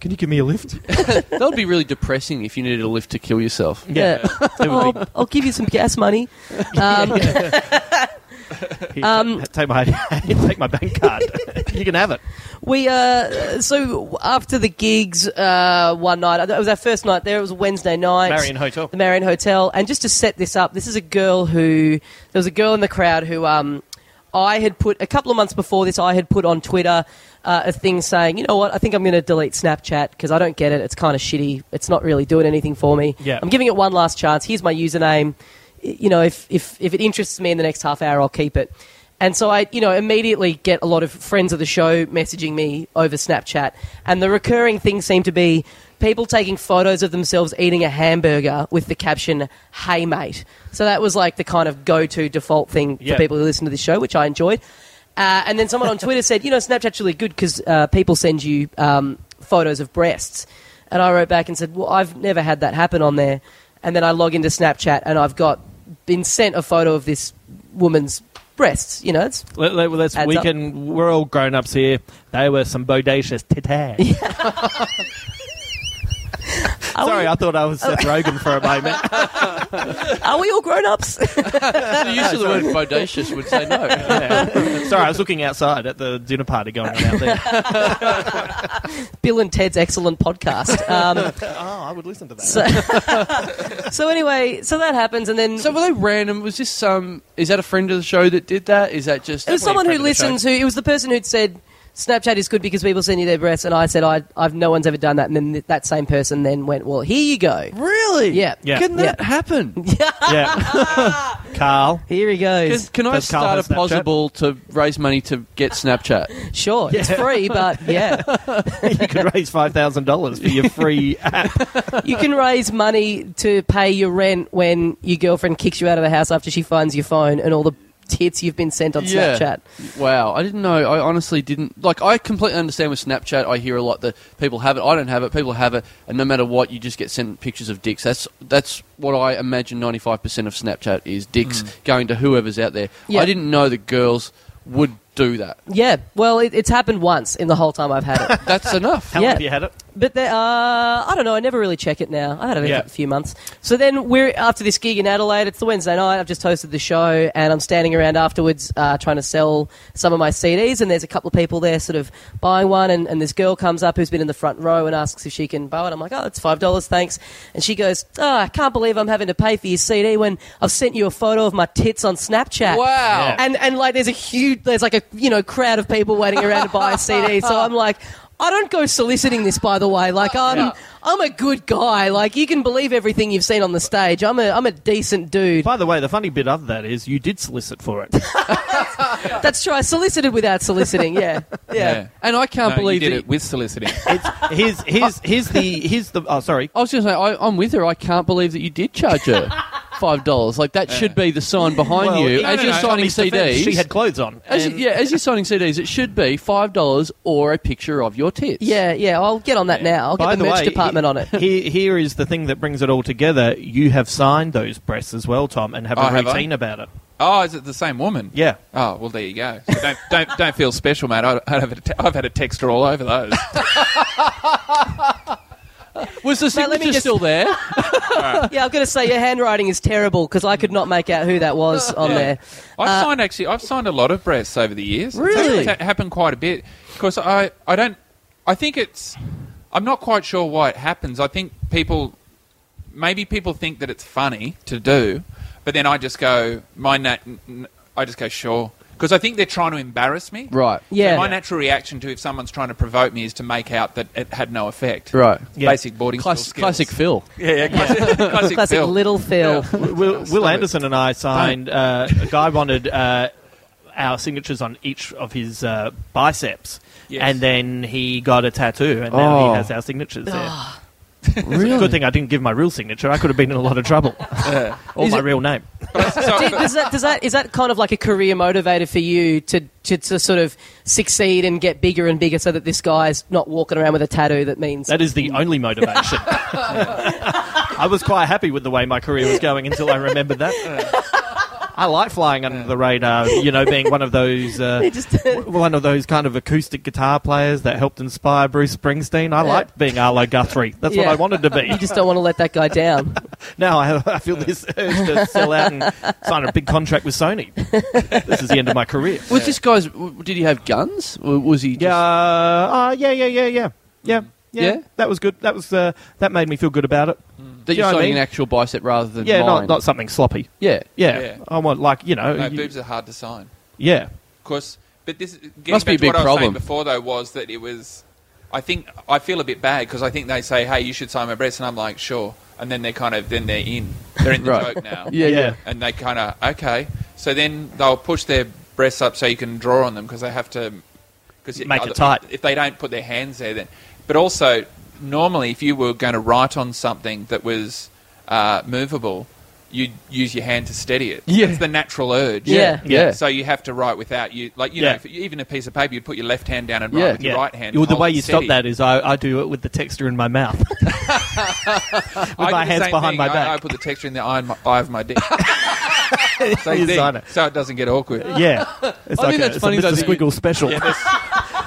[SPEAKER 3] can you give me a lift?
[SPEAKER 2] that would be really depressing if you needed a lift to kill yourself.
[SPEAKER 1] Yeah. Oh, I'll, I'll give you some gas money. Um,
[SPEAKER 3] um, take my take my bank card. you can have it.
[SPEAKER 1] we uh, so after the gigs uh, one night, it was our first night there. It was a Wednesday night.
[SPEAKER 3] Marion Hotel.
[SPEAKER 1] the Marion Hotel. And just to set this up, this is a girl who there was a girl in the crowd who um, I had put a couple of months before this. I had put on Twitter uh, a thing saying, you know what, I think I'm going to delete Snapchat because I don't get it. It's kind of shitty. It's not really doing anything for me.
[SPEAKER 3] Yeah.
[SPEAKER 1] I'm giving it one last chance. Here's my username. Y- You know, if if if it interests me in the next half hour, I'll keep it. And so I, you know, immediately get a lot of friends of the show messaging me over Snapchat, and the recurring thing seemed to be people taking photos of themselves eating a hamburger with the caption "Hey mate." So that was like the kind of go-to default thing
[SPEAKER 3] Yeah.
[SPEAKER 1] for people who listen to the show, which I enjoyed. Uh, and then someone on Twitter said, "You know, Snapchat's really good because uh, people send you um, photos of breasts." And I wrote back and said, "Well, I've never had that happen on there." And then I log into Snapchat and I've got been sent a photo of this woman's breasts. You know, it's
[SPEAKER 3] Let, let, let's
[SPEAKER 1] Adds
[SPEAKER 3] we
[SPEAKER 1] up.
[SPEAKER 3] can. We're all grown ups here. They were some bodacious titties.
[SPEAKER 1] are,
[SPEAKER 3] Sorry, I thought I was
[SPEAKER 1] Oh.
[SPEAKER 3] Seth Rogen for a moment.
[SPEAKER 1] we, are we all grown ups?
[SPEAKER 2] the use of the word bodacious would say no.
[SPEAKER 3] Yeah. Sorry, I was looking outside at the dinner party going on out there. oh,
[SPEAKER 1] Bill and Ted's excellent podcast. Um,
[SPEAKER 3] Oh, I would listen to that.
[SPEAKER 1] so, so anyway, so that happens, and then
[SPEAKER 2] So were they random? Was this um? Is that a friend of the show that did that? Is that just?
[SPEAKER 1] It was someone who listens. Who it was the person who'd said Snapchat is good because people send you their breasts, and I said I, I've no one's ever done that. And then th- that same person then went, "Well, here you go,
[SPEAKER 2] Really?
[SPEAKER 1] Yeah.
[SPEAKER 3] Yeah.
[SPEAKER 2] Can that
[SPEAKER 1] Yeah.
[SPEAKER 2] happen?
[SPEAKER 3] yeah, Carl.
[SPEAKER 1] here he
[SPEAKER 2] Can,
[SPEAKER 1] goes."
[SPEAKER 2] can I
[SPEAKER 3] Does Carl
[SPEAKER 2] start a
[SPEAKER 3] have Snapchat?
[SPEAKER 2] possible to raise money to get Snapchat?
[SPEAKER 1] Sure, it's free, but yeah,
[SPEAKER 3] You could raise five thousand dollars for your free app.
[SPEAKER 1] you can raise money to pay your rent when your girlfriend kicks you out of the house after she finds your phone and all the tits you've been sent on
[SPEAKER 2] Yeah.
[SPEAKER 1] Snapchat.
[SPEAKER 2] Wow, I didn't know. I honestly didn't. Like, I completely understand with Snapchat. I hear a lot that people have it. I don't have it. People have it, and no matter what, you just get sent pictures of dicks. That's that's what I imagine. Ninety five percent of Snapchat is dicks
[SPEAKER 3] Mm.
[SPEAKER 2] going to whoever's out there.
[SPEAKER 1] Yeah.
[SPEAKER 2] I didn't know that girls would do that.
[SPEAKER 1] Yeah, well, it, it's happened once in the whole time I've had it.
[SPEAKER 2] That's enough.
[SPEAKER 3] How long
[SPEAKER 1] Yeah.
[SPEAKER 3] have you had it?
[SPEAKER 1] But there, uh, I don't know. I never really check it now. I had it
[SPEAKER 3] Yeah.
[SPEAKER 1] a few months. So then we're after this gig in Adelaide. It's the Wednesday night. I've just hosted the show, and I'm standing around afterwards uh, trying to sell some of my CDs. And there's a couple of people there, sort of buying one. And, and this girl comes up who's been in the front row and asks if she can borrow it. I'm like, oh, it's five dollars, thanks. And she goes, oh, I can't believe I'm having to pay for your CD when I've sent you a photo of my tits on Snapchat.
[SPEAKER 2] Wow.
[SPEAKER 3] Yeah.
[SPEAKER 1] And and like there's a huge there's like a you know crowd of people waiting around to buy a CD. So I'm like, I don't go soliciting this, by the way. Like I'm,
[SPEAKER 4] Yeah.
[SPEAKER 1] I'm a good guy. Like you can believe everything you've seen on the stage. I'm a, I'm a decent dude.
[SPEAKER 3] By the way, the funny bit of that is you did solicit for it.
[SPEAKER 1] That's true. I solicited without soliciting. Yeah, yeah.
[SPEAKER 2] And I can't
[SPEAKER 4] No,
[SPEAKER 2] believe
[SPEAKER 4] you
[SPEAKER 2] that
[SPEAKER 4] did
[SPEAKER 2] it-
[SPEAKER 4] it with soliciting.
[SPEAKER 3] It's, here's, here's, here's the here's the oh sorry
[SPEAKER 2] I was going to say, I, I'm with her. I can't believe that you did charge her five dollars. Like that should be the sign behind
[SPEAKER 3] Well,
[SPEAKER 2] you
[SPEAKER 3] no,
[SPEAKER 2] as
[SPEAKER 3] no,
[SPEAKER 2] you're
[SPEAKER 3] no,
[SPEAKER 2] signing
[SPEAKER 3] Tommy's defense,
[SPEAKER 2] CDs.
[SPEAKER 3] She had clothes on.
[SPEAKER 2] as you- yeah, as you're signing CDs, it should be five dollars or a picture of your tits.
[SPEAKER 1] Yeah, yeah. I'll get on that now. I'll get
[SPEAKER 3] By
[SPEAKER 1] the, merch
[SPEAKER 3] way,
[SPEAKER 1] department
[SPEAKER 3] he-
[SPEAKER 1] on it.
[SPEAKER 3] Here, here is the thing that brings it all together. You have signed those breasts as well, Tom, and have
[SPEAKER 4] Oh,
[SPEAKER 3] a
[SPEAKER 4] have I?
[SPEAKER 3] routine about it.
[SPEAKER 4] Oh, is it the same woman?
[SPEAKER 3] Yeah.
[SPEAKER 4] Oh, well, there you go. So don't, don't, don't feel special, mate. I, I've, had a te- I've had a texter all over those.
[SPEAKER 2] Was the
[SPEAKER 1] Mate, let me
[SPEAKER 2] signature
[SPEAKER 1] just-
[SPEAKER 2] still there?
[SPEAKER 1] Yeah, I've got to say your handwriting is terrible because I could not make out who that was on
[SPEAKER 4] Yeah.
[SPEAKER 1] there.
[SPEAKER 4] I've
[SPEAKER 1] Uh,
[SPEAKER 4] signed actually. I've signed a lot of breasts over the years. It's
[SPEAKER 1] Really?
[SPEAKER 4] actually ha- happened quite a bit. Because I, I don't. I think it's. I'm not quite sure why it happens. I think people, maybe people think that it's funny to do, but then I just go my nat. n- n- I just go sure because I think they're trying to embarrass me.
[SPEAKER 2] Right.
[SPEAKER 1] Yeah.
[SPEAKER 4] So my natural reaction to if someone's trying to provoke me is to make out that it had no effect.
[SPEAKER 2] Right.
[SPEAKER 3] Yeah.
[SPEAKER 4] Basic boarding school
[SPEAKER 2] Classic, classic
[SPEAKER 4] skills.
[SPEAKER 2] Phil.
[SPEAKER 4] Yeah, yeah, classic, classic,
[SPEAKER 1] Classic
[SPEAKER 4] Phil.
[SPEAKER 1] little Phil.
[SPEAKER 4] Yeah.
[SPEAKER 3] Will, Will
[SPEAKER 4] it.
[SPEAKER 3] Anderson and I signed. Uh, a guy wanted uh, our signatures on each of his uh, biceps,
[SPEAKER 4] Yes.
[SPEAKER 3] and then he got a tattoo, and now
[SPEAKER 2] Oh.
[SPEAKER 3] he has our signatures there.
[SPEAKER 1] Ah.
[SPEAKER 2] Really?
[SPEAKER 3] Good thing I didn't give my real signature. I could have been in a lot of trouble. or
[SPEAKER 1] Is
[SPEAKER 3] my
[SPEAKER 1] it-
[SPEAKER 3] real name.
[SPEAKER 4] But I- so-
[SPEAKER 1] Do- does that, does that, is that kind of like a career motivator for you to, to, to sort of succeed and get bigger and bigger so that this guy's not walking around with a tattoo that means.
[SPEAKER 3] That is the only motivation. I was quite happy with the way my career was going until I remembered that. I like flying under the radar, you know, being one of those uh, w- one of those kind of acoustic guitar players that helped inspire Bruce Springsteen. I like being Arlo Guthrie. That's what
[SPEAKER 1] Yeah.
[SPEAKER 3] I wanted to be.
[SPEAKER 1] you just don't want to let that guy down.
[SPEAKER 3] Now I, I feel this urge to sell out and sign a big contract with Sony. This is the end of my career.
[SPEAKER 2] Was this guy's? w- Did he have guns? Or was he? Just,
[SPEAKER 3] Yeah, uh, yeah, yeah, yeah, yeah, yeah,
[SPEAKER 4] Mm.
[SPEAKER 3] yeah.
[SPEAKER 2] Yeah?
[SPEAKER 3] That was good. That was uh, that made me feel good about it.
[SPEAKER 2] That
[SPEAKER 3] you
[SPEAKER 2] you're
[SPEAKER 3] know what I
[SPEAKER 2] signing
[SPEAKER 3] mean?
[SPEAKER 2] an actual bicep rather than
[SPEAKER 3] Yeah,
[SPEAKER 2] mine.
[SPEAKER 3] not not something sloppy.
[SPEAKER 2] yeah.
[SPEAKER 3] Yeah.
[SPEAKER 4] Yeah.
[SPEAKER 3] I want like you know.
[SPEAKER 4] no,
[SPEAKER 3] you-
[SPEAKER 4] boobs are hard to sign.
[SPEAKER 3] yeah.
[SPEAKER 4] Of course, but this getting
[SPEAKER 2] Must
[SPEAKER 4] back
[SPEAKER 2] be a
[SPEAKER 4] to what
[SPEAKER 2] big
[SPEAKER 4] I was saying
[SPEAKER 2] problem.
[SPEAKER 4] before though was that it was. I think I feel a bit bad because I think they say, "Hey, you should sign my breast," and I'm like, "Sure," and then they're kind of then they're in. They're in the
[SPEAKER 2] Right.
[SPEAKER 4] joke now.
[SPEAKER 2] Yeah,
[SPEAKER 3] Yeah.
[SPEAKER 2] yeah.
[SPEAKER 4] and they kind of okay. So then they'll push their breasts up so you can draw on them because they have to because
[SPEAKER 3] Make it tight.
[SPEAKER 4] If they don't put their hands there, then. But also, normally, if you were going to write on something that was uh, movable, you'd use your hand to steady it.
[SPEAKER 2] Yeah.
[SPEAKER 4] it's the natural urge.
[SPEAKER 1] Yeah.
[SPEAKER 2] Yeah.
[SPEAKER 4] So you have to write without you, like you
[SPEAKER 3] Yeah.
[SPEAKER 4] know, if, even a piece of paper, you'd put your left hand down and write
[SPEAKER 2] Yeah.
[SPEAKER 4] with your
[SPEAKER 3] yeah.
[SPEAKER 4] right hand.
[SPEAKER 3] Well,
[SPEAKER 4] and
[SPEAKER 3] the
[SPEAKER 4] hold
[SPEAKER 3] way
[SPEAKER 4] it
[SPEAKER 3] you stop
[SPEAKER 4] steady.
[SPEAKER 3] that is I, I do it with the texture in my mouth. with
[SPEAKER 4] I do
[SPEAKER 3] my
[SPEAKER 4] the
[SPEAKER 3] hands
[SPEAKER 4] same
[SPEAKER 3] behind
[SPEAKER 4] thing.
[SPEAKER 3] my
[SPEAKER 4] I-
[SPEAKER 3] back.
[SPEAKER 4] I, put the texture in the eye, of my, eye of my dick. so,
[SPEAKER 3] You
[SPEAKER 4] then-
[SPEAKER 3] sign it.
[SPEAKER 4] so it doesn't get awkward.
[SPEAKER 3] yeah. It's
[SPEAKER 2] I think that's
[SPEAKER 3] it's
[SPEAKER 2] funny,
[SPEAKER 3] Mr.
[SPEAKER 2] though, that you-
[SPEAKER 3] Squiggle special.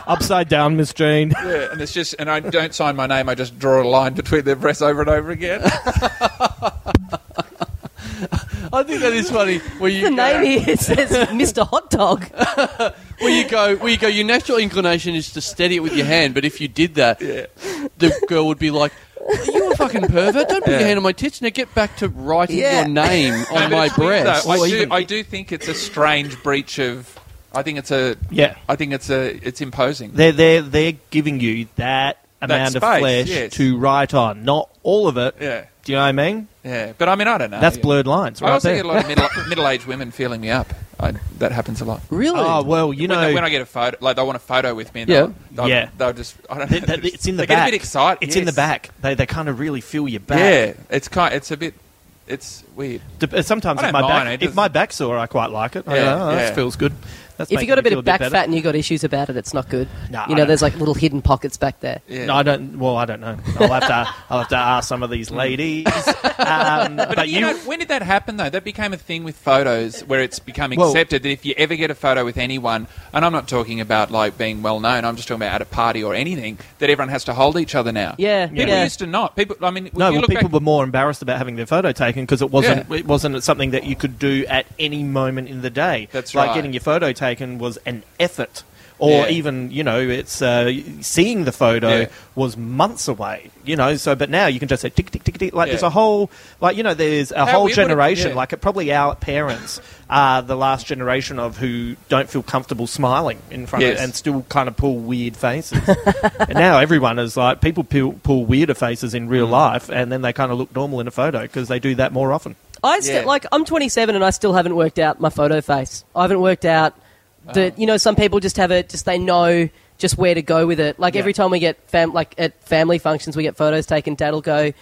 [SPEAKER 3] Upside down, Miss Jane.
[SPEAKER 4] Yeah, and it's just, and I don't sign my name. I just draw a line between their breasts over and over again.
[SPEAKER 2] I think that is funny. Where you
[SPEAKER 1] the
[SPEAKER 2] go,
[SPEAKER 1] name here says Mr. Hot Dog.
[SPEAKER 2] where you go, where you go. Your natural inclination is to steady it with your hand, but if you did that, the girl would be like, "Are you a fucking pervert? Don't put your
[SPEAKER 4] Yeah.
[SPEAKER 2] hand on my tits. Now get back to writing
[SPEAKER 1] Yeah.
[SPEAKER 2] your name
[SPEAKER 4] No,
[SPEAKER 2] on
[SPEAKER 4] but
[SPEAKER 2] my
[SPEAKER 4] it's weird,
[SPEAKER 2] breast."
[SPEAKER 4] though. I, do,
[SPEAKER 3] even-
[SPEAKER 4] I do think it's a strange breach of. I think it's a.
[SPEAKER 3] Yeah.
[SPEAKER 4] I think it's a. It's imposing.
[SPEAKER 3] They're, they're, they're giving you that amount of
[SPEAKER 4] space,
[SPEAKER 3] flesh
[SPEAKER 4] yes.
[SPEAKER 3] to write on. Not all of it.
[SPEAKER 4] Yeah.
[SPEAKER 3] Do you know what I mean?
[SPEAKER 4] Yeah, but I mean, I don't know.
[SPEAKER 3] That's
[SPEAKER 4] Yeah.
[SPEAKER 3] blurred lines
[SPEAKER 4] I
[SPEAKER 3] right
[SPEAKER 4] also
[SPEAKER 3] there.
[SPEAKER 4] get a lot of middle, middle-aged women feeling me up. I, that happens a lot.
[SPEAKER 2] Really?
[SPEAKER 3] Oh, well, you
[SPEAKER 4] when,
[SPEAKER 3] know.
[SPEAKER 4] they- when I get a photo, like they want a photo with me, and
[SPEAKER 2] Yeah.
[SPEAKER 4] they'll, they'll,
[SPEAKER 3] Yeah.
[SPEAKER 4] they'll just. I don't
[SPEAKER 3] They-
[SPEAKER 4] know.
[SPEAKER 3] they- it's in the
[SPEAKER 4] they
[SPEAKER 3] back.
[SPEAKER 4] get a bit excited.
[SPEAKER 3] It's in the
[SPEAKER 4] yes.
[SPEAKER 3] back. They, they kind of really feel your back.
[SPEAKER 4] Yeah, it's kind. It's a bit. It's weird.
[SPEAKER 3] Dep- uh, Sometimes
[SPEAKER 4] I
[SPEAKER 3] if
[SPEAKER 4] don't
[SPEAKER 3] my
[SPEAKER 4] mind,
[SPEAKER 3] back,
[SPEAKER 4] it
[SPEAKER 3] if my
[SPEAKER 4] doesn't-
[SPEAKER 3] back's sore, I quite like it. I
[SPEAKER 4] Yeah,
[SPEAKER 3] go, oh,
[SPEAKER 4] yeah.
[SPEAKER 3] That feels good. That's
[SPEAKER 1] If you
[SPEAKER 3] making
[SPEAKER 1] got a
[SPEAKER 3] me
[SPEAKER 1] bit
[SPEAKER 3] feel
[SPEAKER 1] of back
[SPEAKER 3] better.
[SPEAKER 1] fat and you got issues about it, it's not good.
[SPEAKER 3] No,
[SPEAKER 1] you
[SPEAKER 3] I
[SPEAKER 1] know,
[SPEAKER 3] don't-
[SPEAKER 1] there's like little hidden pockets back there.
[SPEAKER 4] Yeah.
[SPEAKER 3] No, I don't. Well, I don't know. I'll have to. I'll have to ask some of these ladies. Um, but,
[SPEAKER 4] Mm. But, you,
[SPEAKER 3] you,
[SPEAKER 4] know, when did that happen though? That became a thing with photos where it's become
[SPEAKER 3] Well-
[SPEAKER 4] accepted that if you ever get a photo with anyone, and I'm not talking about like being well known, I'm just talking about at a party or anything, that everyone has to hold each other now.
[SPEAKER 1] Yeah,
[SPEAKER 4] People
[SPEAKER 1] yeah.
[SPEAKER 4] used to not. People, I mean, if
[SPEAKER 3] no,
[SPEAKER 4] you
[SPEAKER 3] well,
[SPEAKER 4] look
[SPEAKER 3] people
[SPEAKER 4] back,
[SPEAKER 3] were more embarrassed about having their photo taken because it wasn't.
[SPEAKER 4] Yeah.
[SPEAKER 3] It wasn't something that you could do at any moment in the day.
[SPEAKER 4] That's
[SPEAKER 3] like
[SPEAKER 4] right.
[SPEAKER 3] getting your photo taken was an effort. or
[SPEAKER 4] Yeah.
[SPEAKER 3] even you know it's uh, seeing the photo
[SPEAKER 4] Yeah.
[SPEAKER 3] was months away. You know, so but now you can just say tick tick tick tick. Like
[SPEAKER 4] Yeah.
[SPEAKER 3] there's a whole like you know there's a
[SPEAKER 4] How
[SPEAKER 3] whole
[SPEAKER 4] weird would it-
[SPEAKER 3] generation
[SPEAKER 4] yeah.
[SPEAKER 3] like it, probably our parents are the last generation of who don't feel comfortable smiling in front
[SPEAKER 4] Yes.
[SPEAKER 3] of and still kind of pull weird faces. and now everyone is like people pull, pull weirder faces in
[SPEAKER 2] Mm.
[SPEAKER 3] real life and then they kind of look normal in a photo because they do that more often.
[SPEAKER 1] I still
[SPEAKER 4] Yeah.
[SPEAKER 1] like I'm 27 and I still haven't worked out my photo face. I haven't worked out that you know some people just have it just they know just where to go with it. Like
[SPEAKER 3] Yeah.
[SPEAKER 1] every time we get fam- like at family functions we get photos taken dad'll go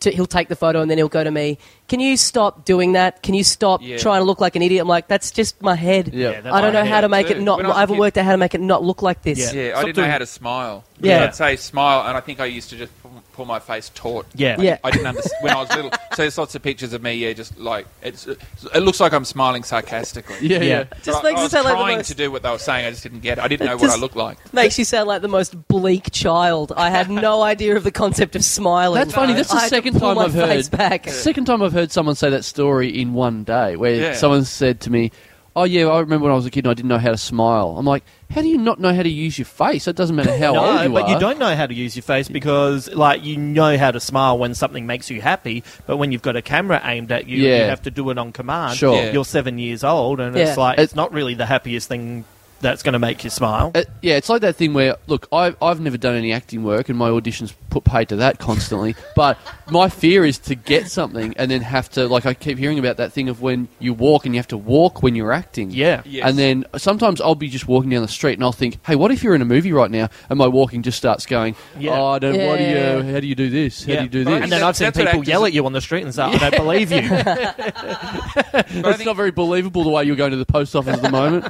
[SPEAKER 1] to, he'll take the photo and then he'll go to me. Can you stop doing that? Can you stop
[SPEAKER 4] Yeah.
[SPEAKER 1] trying to look like an idiot? I'm like that's just my head.
[SPEAKER 2] Yeah.
[SPEAKER 3] Yeah, that's
[SPEAKER 1] I don't
[SPEAKER 3] my
[SPEAKER 1] know how
[SPEAKER 3] head
[SPEAKER 1] to make it
[SPEAKER 4] too.
[SPEAKER 1] not
[SPEAKER 4] When I was
[SPEAKER 1] I
[SPEAKER 4] a
[SPEAKER 1] haven't
[SPEAKER 4] kid-
[SPEAKER 1] worked out how to make it not look like this.
[SPEAKER 3] Yeah.
[SPEAKER 4] Yeah, I
[SPEAKER 3] Stop
[SPEAKER 4] didn't know
[SPEAKER 3] doing-
[SPEAKER 4] how to smile.
[SPEAKER 1] Yeah.
[SPEAKER 4] I'd say smile, and I think I used to just pull- pull my face taut.
[SPEAKER 3] Yeah.
[SPEAKER 1] Yeah.
[SPEAKER 4] I didn't understand when I was little. So there's lots of pictures of me, yeah, just like it's, it looks like I'm smiling sarcastically.
[SPEAKER 2] Yeah,
[SPEAKER 3] Yeah.
[SPEAKER 2] yeah.
[SPEAKER 4] But
[SPEAKER 1] Just
[SPEAKER 4] I,
[SPEAKER 1] makes
[SPEAKER 4] I
[SPEAKER 1] it
[SPEAKER 4] was
[SPEAKER 1] sound like the
[SPEAKER 4] trying
[SPEAKER 1] most-
[SPEAKER 4] to do what they were saying. I just didn't get. it. I didn't know what
[SPEAKER 1] just-
[SPEAKER 4] I looked like.
[SPEAKER 1] Makes you sound like the most bleak child. I had no idea of the concept of smiling.
[SPEAKER 2] That's funny. That's
[SPEAKER 1] I
[SPEAKER 2] the
[SPEAKER 1] had to
[SPEAKER 2] second
[SPEAKER 1] pull
[SPEAKER 2] time
[SPEAKER 1] my
[SPEAKER 2] I've heard.
[SPEAKER 1] face back.
[SPEAKER 2] Second time I've heard someone say that story in one day, where
[SPEAKER 4] Yeah.
[SPEAKER 2] someone said to me, "Oh yeah, I remember when I was a kid and I didn't know how to smile." I'm like, "How do you not know how to use your face? That doesn't matter how
[SPEAKER 3] no,
[SPEAKER 2] old you
[SPEAKER 3] but
[SPEAKER 2] are."
[SPEAKER 3] you don't know how to use your face because, like, you know how to smile when something makes you happy, but when you've got a camera aimed at you, and you
[SPEAKER 2] Yeah.
[SPEAKER 3] have to do it on command.
[SPEAKER 2] Sure.
[SPEAKER 4] Yeah.
[SPEAKER 3] You're seven years old, and it's
[SPEAKER 1] Yeah.
[SPEAKER 3] like
[SPEAKER 2] It-
[SPEAKER 3] it's not really the happiest thing that's going to make you smile.
[SPEAKER 2] Uh, yeah, it's like that thing where look, I've I've never done any acting work, and my auditions put paid to that constantly. but my fear is to get something and then have to like I keep hearing about that thing of when you walk and you have to walk when you're acting.
[SPEAKER 3] Yeah.
[SPEAKER 4] Yes.
[SPEAKER 2] And then sometimes I'll be just walking down the street and I'll think, hey, what if you're in a movie right now and my walking just starts going,
[SPEAKER 3] Yeah.
[SPEAKER 2] oh, I don't. What do
[SPEAKER 1] Yeah.
[SPEAKER 2] you? How do you do this? How
[SPEAKER 3] Yeah.
[SPEAKER 2] do you do
[SPEAKER 4] But I
[SPEAKER 2] this?
[SPEAKER 3] And then I've seen
[SPEAKER 4] That's what
[SPEAKER 3] people
[SPEAKER 4] actors-
[SPEAKER 3] yell at you on the street and say, "I don't believe you."
[SPEAKER 4] But I
[SPEAKER 2] it's
[SPEAKER 4] think-
[SPEAKER 2] not very believable the way you're going to the post office at the moment.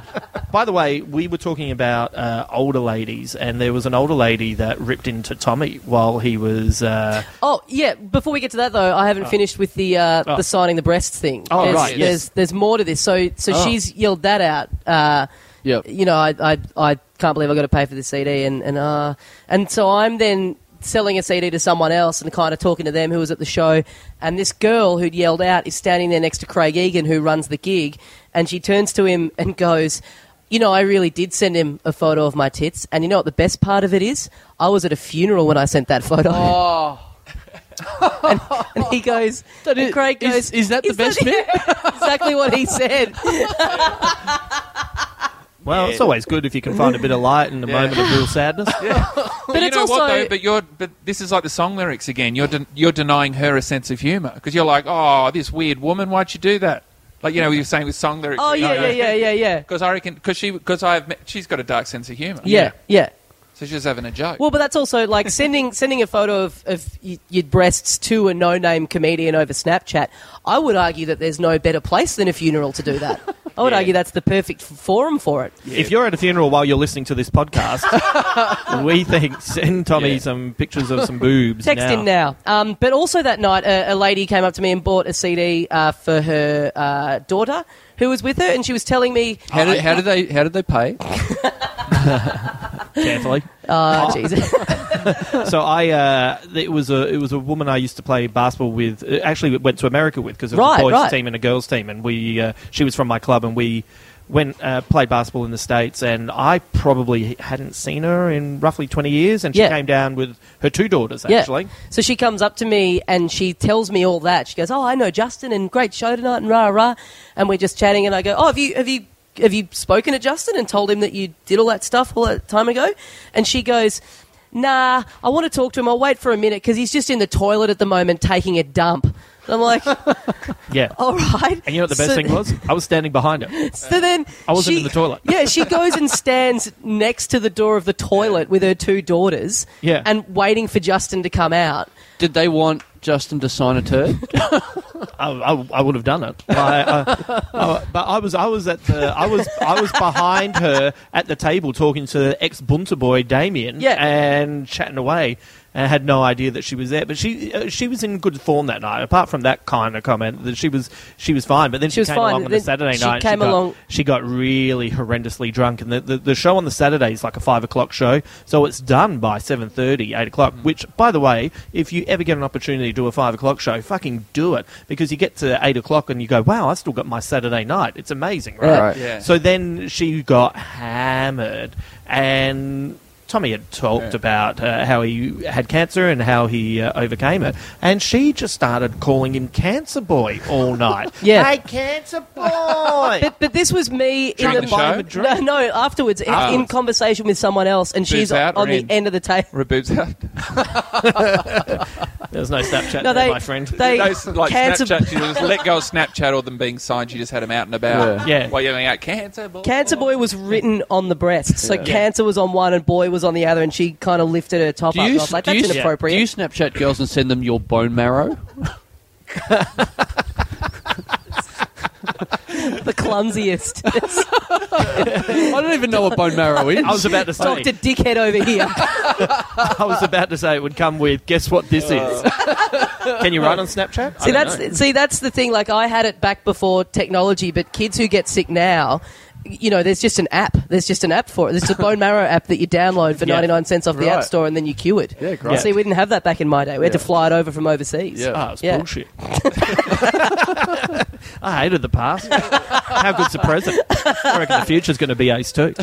[SPEAKER 3] By the way, we were talking about uh, older ladies, and there was an older lady that ripped into Tommy while he was. Uh,
[SPEAKER 1] Oh yeah. Before we get to that though, I haven't finished with the uh,
[SPEAKER 3] Oh.
[SPEAKER 1] the signing the breasts thing.
[SPEAKER 3] Oh,
[SPEAKER 1] there's,
[SPEAKER 3] right, yes.
[SPEAKER 1] There's there's more to this. So so
[SPEAKER 3] Oh.
[SPEAKER 1] she's yelled that out. Uh,
[SPEAKER 2] Yep.
[SPEAKER 1] You know, I, I I can't believe I got to pay for the CD and and uh and so I'm then selling a CD to someone else and kind of talking to them who was at the show and this girl who'd yelled out is standing there next to Craig Egan who runs the gig and she turns to him and goes you know I really did send him a photo of my tits and you know what the best part of it is I was at a funeral when I sent that photo
[SPEAKER 2] Oh,
[SPEAKER 1] and he goes,
[SPEAKER 2] That
[SPEAKER 1] and
[SPEAKER 2] is-
[SPEAKER 1] Craig
[SPEAKER 2] is-
[SPEAKER 1] goes,
[SPEAKER 2] is that the best bit?"
[SPEAKER 1] exactly what he said.
[SPEAKER 3] well, it's always good if you can find a bit of light in a
[SPEAKER 4] Yeah.
[SPEAKER 3] moment of real sadness.
[SPEAKER 4] But,
[SPEAKER 1] But
[SPEAKER 4] you
[SPEAKER 1] it's
[SPEAKER 4] know what,
[SPEAKER 1] also-
[SPEAKER 4] though? But you're but this is like the song lyrics again. You're den you're denying her a sense of humour because you're like, oh, this weird woman. Why'd you do that? Like you know, we were saying with song lyrics.
[SPEAKER 1] Oh yeah, yeah, yeah, yeah, yeah.
[SPEAKER 4] Because I reckon because she because I've met, she's got a dark sense of humour.
[SPEAKER 1] Yeah, yeah.
[SPEAKER 4] So she's having a joke.
[SPEAKER 1] Well, but that's also like sending sending a photo of, of y- your breasts to a no name comedian over Snapchat. I would argue that there's no better place than a funeral to do that. I would
[SPEAKER 3] Yeah.
[SPEAKER 1] argue that's the perfect f- forum for it.
[SPEAKER 3] If you're at a funeral while you're listening to this podcast, we think send Tommy
[SPEAKER 4] Yeah.
[SPEAKER 3] some pictures of some boobs.
[SPEAKER 1] Text in now. Um, but also that night, a, a lady came up to me and bought a CD uh, for her uh, daughter who was with her, and she was telling me,
[SPEAKER 2] how did, how did they how did they pay?
[SPEAKER 3] carefully.
[SPEAKER 1] "Oh, Jesus."
[SPEAKER 3] so I, uh, it was a it was a woman I used to play basketball with. uh, Actually, went to America with because it was
[SPEAKER 1] Right,
[SPEAKER 3] a boys
[SPEAKER 1] right.
[SPEAKER 3] team and a girls team, and we uh, she was from my club, and we went uh, played basketball in the states. And I probably hadn't seen her in roughly twenty years, and she
[SPEAKER 1] Yeah.
[SPEAKER 3] came down with her two daughters
[SPEAKER 1] Yeah.
[SPEAKER 3] actually.
[SPEAKER 1] So she comes up to me and she tells me all that. She goes, "Oh, I know Justin and great show tonight and rah rah." And we're just chatting, and I go, "Oh, have you have you have you spoken to Justin and told him that you did all that stuff all that time ago?" And she goes. Nah, I want to talk to him. I'll wait for a minute because he's just in the toilet at the moment taking a dump. And I'm like,
[SPEAKER 3] Yeah.
[SPEAKER 1] all right.
[SPEAKER 3] And you know what the best
[SPEAKER 1] Oh, So-
[SPEAKER 3] thing was? I was standing behind her.
[SPEAKER 1] so then
[SPEAKER 3] I wasn't
[SPEAKER 1] she-
[SPEAKER 3] in the toilet.
[SPEAKER 1] Yeah, she goes and stands next to the door of the toilet with her two daughters.
[SPEAKER 3] Yeah.
[SPEAKER 1] and waiting for Justin to come out.
[SPEAKER 2] Did they want Justin to sign a turd?
[SPEAKER 3] I, I, I would have done it. I, I, I- but I was I was at the I was I was behind her at the table talking to ex Bunta boy Damien
[SPEAKER 1] Yeah.
[SPEAKER 3] and chatting away. And had no idea that she was there, but she uh, she was in good form that night. Apart from that kind of comment, that she was she was fine. But then she,
[SPEAKER 1] was
[SPEAKER 3] came
[SPEAKER 1] fine,
[SPEAKER 3] along
[SPEAKER 1] but
[SPEAKER 3] on the
[SPEAKER 1] then
[SPEAKER 3] Saturday
[SPEAKER 1] she
[SPEAKER 3] night. and
[SPEAKER 1] came
[SPEAKER 3] got-
[SPEAKER 1] along-
[SPEAKER 3] She got really horrendously drunk, and the, the, the show on the Saturday is like a five
[SPEAKER 4] Mm.
[SPEAKER 3] o'clock show, so it's done by 7.30, 8 o'clock. Which, by the way, if you ever get an opportunity to do a five o'clock show, fucking do it because you get to eight o'clock and you go, wow, I still got my Saturday night. It's amazing, right?
[SPEAKER 2] Right.
[SPEAKER 4] Yeah.
[SPEAKER 3] So then she got hammered, and Tommy had talked
[SPEAKER 4] Yeah.
[SPEAKER 3] about uh, how he had cancer and how he uh, overcame it, and she just started calling him Cancer Boy all night.
[SPEAKER 1] Yeah.
[SPEAKER 3] hey, Cancer Boy.
[SPEAKER 1] But, but this was me in
[SPEAKER 4] During
[SPEAKER 1] the,
[SPEAKER 4] the show?
[SPEAKER 1] moment. No, no, afterwards, in- in
[SPEAKER 4] Afterwards.
[SPEAKER 1] conversation with someone else, and she's
[SPEAKER 4] Boots out
[SPEAKER 1] on
[SPEAKER 4] or
[SPEAKER 1] the
[SPEAKER 4] in?
[SPEAKER 1] end of the table.
[SPEAKER 4] Reboobs out.
[SPEAKER 3] There's no Snapchat,
[SPEAKER 1] No,
[SPEAKER 3] there,
[SPEAKER 1] they-
[SPEAKER 3] my friend.
[SPEAKER 1] they-
[SPEAKER 4] Those, like
[SPEAKER 1] Cancer-
[SPEAKER 4] Snapchat, she just let go of Snapchat or them being signed. She just had them out and about.
[SPEAKER 3] Yeah. Yeah.
[SPEAKER 4] While yelling out, cancer boy.
[SPEAKER 1] Cancer Boy was written on the breast, so
[SPEAKER 2] Yeah.
[SPEAKER 1] Cancer was on one and Boy was on the other, and she kind of lifted her top
[SPEAKER 2] Do
[SPEAKER 1] up.
[SPEAKER 2] you,
[SPEAKER 1] and I was like,
[SPEAKER 2] do,
[SPEAKER 1] "That's
[SPEAKER 2] you,
[SPEAKER 1] inappropriate."
[SPEAKER 2] do you Snapchat girls and send them your bone marrow?
[SPEAKER 1] the clumsiest. It's
[SPEAKER 2] I don't even know what bone marrow is.
[SPEAKER 3] I was about to say.
[SPEAKER 1] Doctor Dickhead over here.
[SPEAKER 3] I was about to say it would come with. Guess what this is?
[SPEAKER 4] Oh.
[SPEAKER 3] Can you write on Snapchat? I
[SPEAKER 1] See
[SPEAKER 3] don't
[SPEAKER 1] that's
[SPEAKER 3] know.
[SPEAKER 1] see that's the thing. Like I had it back before technology, but kids who get sick now, you know, there's just an app. There's just an app for it. There's a bone marrow app that you download for
[SPEAKER 3] Yeah.
[SPEAKER 1] 99 cents off the app
[SPEAKER 2] Right.
[SPEAKER 1] store, and then you queue it.
[SPEAKER 2] Yeah, great.
[SPEAKER 1] See, we didn't have that back in my day. We had to
[SPEAKER 2] Yeah.
[SPEAKER 1] fly it over from overseas.
[SPEAKER 2] Yeah.
[SPEAKER 3] Ah, it's
[SPEAKER 1] Yeah.
[SPEAKER 3] bullshit. I hated the past. How good's the present? I reckon the future's going to be ace too.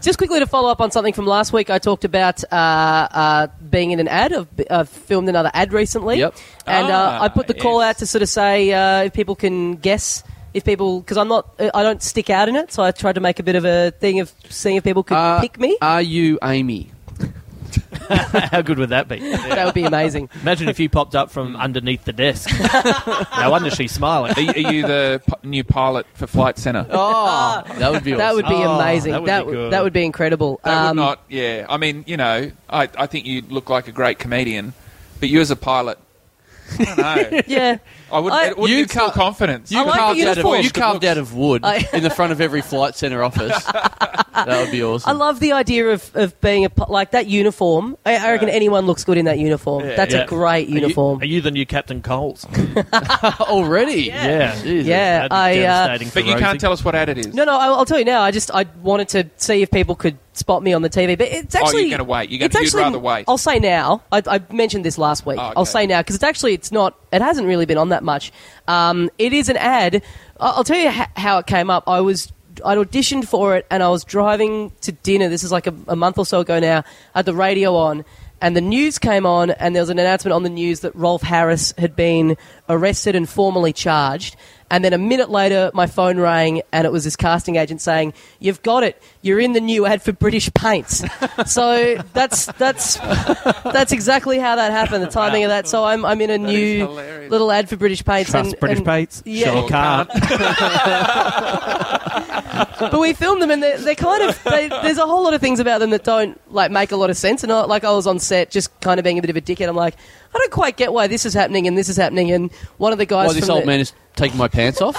[SPEAKER 1] Just quickly to follow up on something from last week, I talked about uh, uh, being in an ad. I've, I've filmed another ad recently,
[SPEAKER 2] Yep.
[SPEAKER 1] and uh,
[SPEAKER 4] Ah,
[SPEAKER 1] I put the call
[SPEAKER 4] yes.
[SPEAKER 1] out to sort of say uh, if people can guess if people because I'm not uh, I don't stick out in it, so I tried to make a bit of a thing of seeing if people could
[SPEAKER 2] Uh,
[SPEAKER 1] pick me.
[SPEAKER 2] Are you Amy?
[SPEAKER 3] How good would that be?
[SPEAKER 1] that would be amazing.
[SPEAKER 3] Imagine if you popped up from underneath the desk. no wonder she's smiling.
[SPEAKER 4] Are, you- are you the p- new pilot for Flight Centre?
[SPEAKER 2] Oh, that would be awesome.
[SPEAKER 1] Ah, That would be
[SPEAKER 3] Oh,
[SPEAKER 1] amazing.
[SPEAKER 3] that would
[SPEAKER 1] that
[SPEAKER 3] be
[SPEAKER 1] would
[SPEAKER 3] good.
[SPEAKER 1] that would be incredible.
[SPEAKER 4] That
[SPEAKER 1] Um,
[SPEAKER 4] would not. Yeah, I mean, you know, I, I think you look like a great comedian, but you as a pilot, I don't know.
[SPEAKER 1] Yeah.
[SPEAKER 4] I wouldn't.
[SPEAKER 1] I-
[SPEAKER 4] it wouldn't
[SPEAKER 2] You
[SPEAKER 4] instill
[SPEAKER 2] can't-
[SPEAKER 4] confidence.
[SPEAKER 2] You
[SPEAKER 1] I like the
[SPEAKER 2] carved, out
[SPEAKER 1] uniform.
[SPEAKER 2] of, you carved out of wood
[SPEAKER 1] I-
[SPEAKER 2] in the front of every flight centre office. that would be
[SPEAKER 1] I
[SPEAKER 2] awesome.
[SPEAKER 1] love the idea of, of being a pi- like that uniform. I, I reckon anyone looks good in that uniform. That's
[SPEAKER 3] yeah.
[SPEAKER 1] a great
[SPEAKER 3] Are you-
[SPEAKER 1] uniform.
[SPEAKER 3] Are you, the new Captain Coles?
[SPEAKER 2] Already?
[SPEAKER 3] Yeah.
[SPEAKER 2] Jesus.
[SPEAKER 1] Yeah,
[SPEAKER 3] That'd be
[SPEAKER 1] I, uh,
[SPEAKER 3] devastating for
[SPEAKER 4] but you
[SPEAKER 3] Rosie.
[SPEAKER 4] can't tell us what ad it is.
[SPEAKER 1] no, no. I'll, I'll tell you now. I just I wanted to see if people could spot me on the TV, but it's
[SPEAKER 4] Oh, you're
[SPEAKER 1] actually
[SPEAKER 4] gonna wait. You're gonna-
[SPEAKER 1] it's
[SPEAKER 4] you'd
[SPEAKER 1] actually-
[SPEAKER 4] rather wait.
[SPEAKER 1] I'll say now. I, I mentioned this last week.
[SPEAKER 4] Oh, okay.
[SPEAKER 1] I'll say now because it's actually it's not. It hasn't really been on that much. Um, it is an ad. I- I'll tell you ha- how it came up. I was I auditioned for it and I was driving to dinner. This is like a, a month or so ago now. I had the radio on. And the news came on, and there was an announcement on the news that Rolf Harris had been arrested and formally charged. And then a minute later, my phone rang, and it was this casting agent saying, "You've got it. You're in the new ad for British Paints." so that's that's that's exactly how that happened. The timing of that. So I'm I'm in a
[SPEAKER 4] is
[SPEAKER 1] new
[SPEAKER 4] hilarious.
[SPEAKER 1] little ad for British Paints.
[SPEAKER 3] Trust
[SPEAKER 1] and,
[SPEAKER 3] British
[SPEAKER 1] and-
[SPEAKER 3] Bates.
[SPEAKER 1] Yeah.
[SPEAKER 3] Sure can't.
[SPEAKER 1] but we filmed them, and they're, they're kind of they, there's a whole lot of things about them that don't like make a lot of sense. And I, like I was on set, just kind of being a bit of a dickhead. I'm like, I don't quite get why this is happening and this is happening. And one of the guys,
[SPEAKER 2] Why this
[SPEAKER 1] from
[SPEAKER 2] old
[SPEAKER 1] the,
[SPEAKER 2] man is taking my pants off?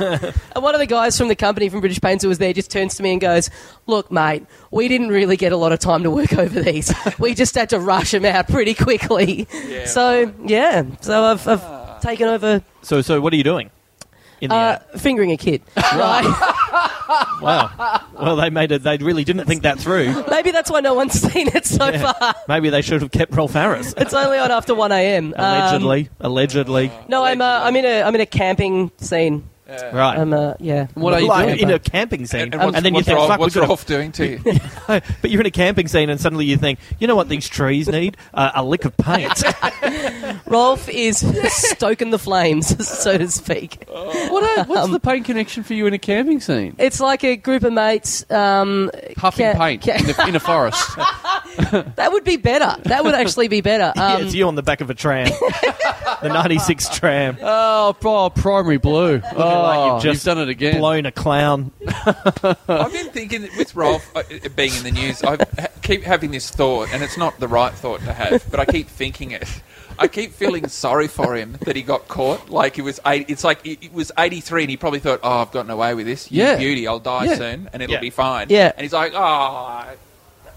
[SPEAKER 1] And one of the guys from the company from British Paints who was there just turns to me and goes, Look, mate, we didn't really get a lot of time to work over these. We just had to rush them out pretty quickly.
[SPEAKER 4] Yeah,
[SPEAKER 1] so, yeah. So I've, I've taken over
[SPEAKER 3] So, so what are you doing? In the
[SPEAKER 1] uh,
[SPEAKER 3] ad?
[SPEAKER 1] fingering a kid. Right?
[SPEAKER 3] Wow. Well, they made it. They really didn't think that through.
[SPEAKER 1] Maybe that's why no one's seen it so far.
[SPEAKER 3] Maybe they should have kept Rolf Harris.
[SPEAKER 1] It's only on after 1 a.m. Um,
[SPEAKER 3] Allegedly. allegedly.
[SPEAKER 1] no, I'm, uh, I'm, in a, I'm in a camping scene.
[SPEAKER 3] Right.
[SPEAKER 1] I'm, uh, yeah.
[SPEAKER 2] What are you
[SPEAKER 3] Well,
[SPEAKER 2] doing?
[SPEAKER 3] in a camping scene,
[SPEAKER 4] And,
[SPEAKER 3] and,
[SPEAKER 4] and what's,
[SPEAKER 3] then you
[SPEAKER 4] what's
[SPEAKER 3] think,
[SPEAKER 4] Rolf-
[SPEAKER 3] "Fuck,
[SPEAKER 4] what's
[SPEAKER 3] we've got
[SPEAKER 4] Rolf doing to you?
[SPEAKER 3] to-" But you're in a camping scene, and suddenly you think, "You know what these trees need? Uh, a lick of paint."
[SPEAKER 1] Rolf is stoking the flames, so to speak.
[SPEAKER 2] What are- what's the pain connection for you in a camping scene?
[SPEAKER 1] It's like a group of mates. Um,
[SPEAKER 2] Huffing
[SPEAKER 1] ca-
[SPEAKER 2] paint
[SPEAKER 1] ca-
[SPEAKER 2] in, a, in a forest.
[SPEAKER 1] That would be better. That would actually be better.
[SPEAKER 3] Yeah,
[SPEAKER 1] Um,
[SPEAKER 3] it's you on the back of a tram, the '96 tram,
[SPEAKER 2] oh, oh, primary blue. Oh,
[SPEAKER 3] you've
[SPEAKER 2] you've,
[SPEAKER 3] just
[SPEAKER 2] done it again.
[SPEAKER 3] blown a clown.
[SPEAKER 4] I've been thinking that with Rolf uh, it being in the news. I ha- keep having this thought, and it's not the right thought to have, but I keep thinking it. I keep feeling sorry for him that he got caught. Like it was, eight, it's like it, it was eighty three, and he probably thought, "Oh, I've gotten away with this. You
[SPEAKER 2] Yeah.
[SPEAKER 4] beauty, I'll die
[SPEAKER 2] Yeah.
[SPEAKER 4] soon, and it'll
[SPEAKER 3] Yeah.
[SPEAKER 4] be fine."
[SPEAKER 1] Yeah.
[SPEAKER 4] and he's like, "Oh."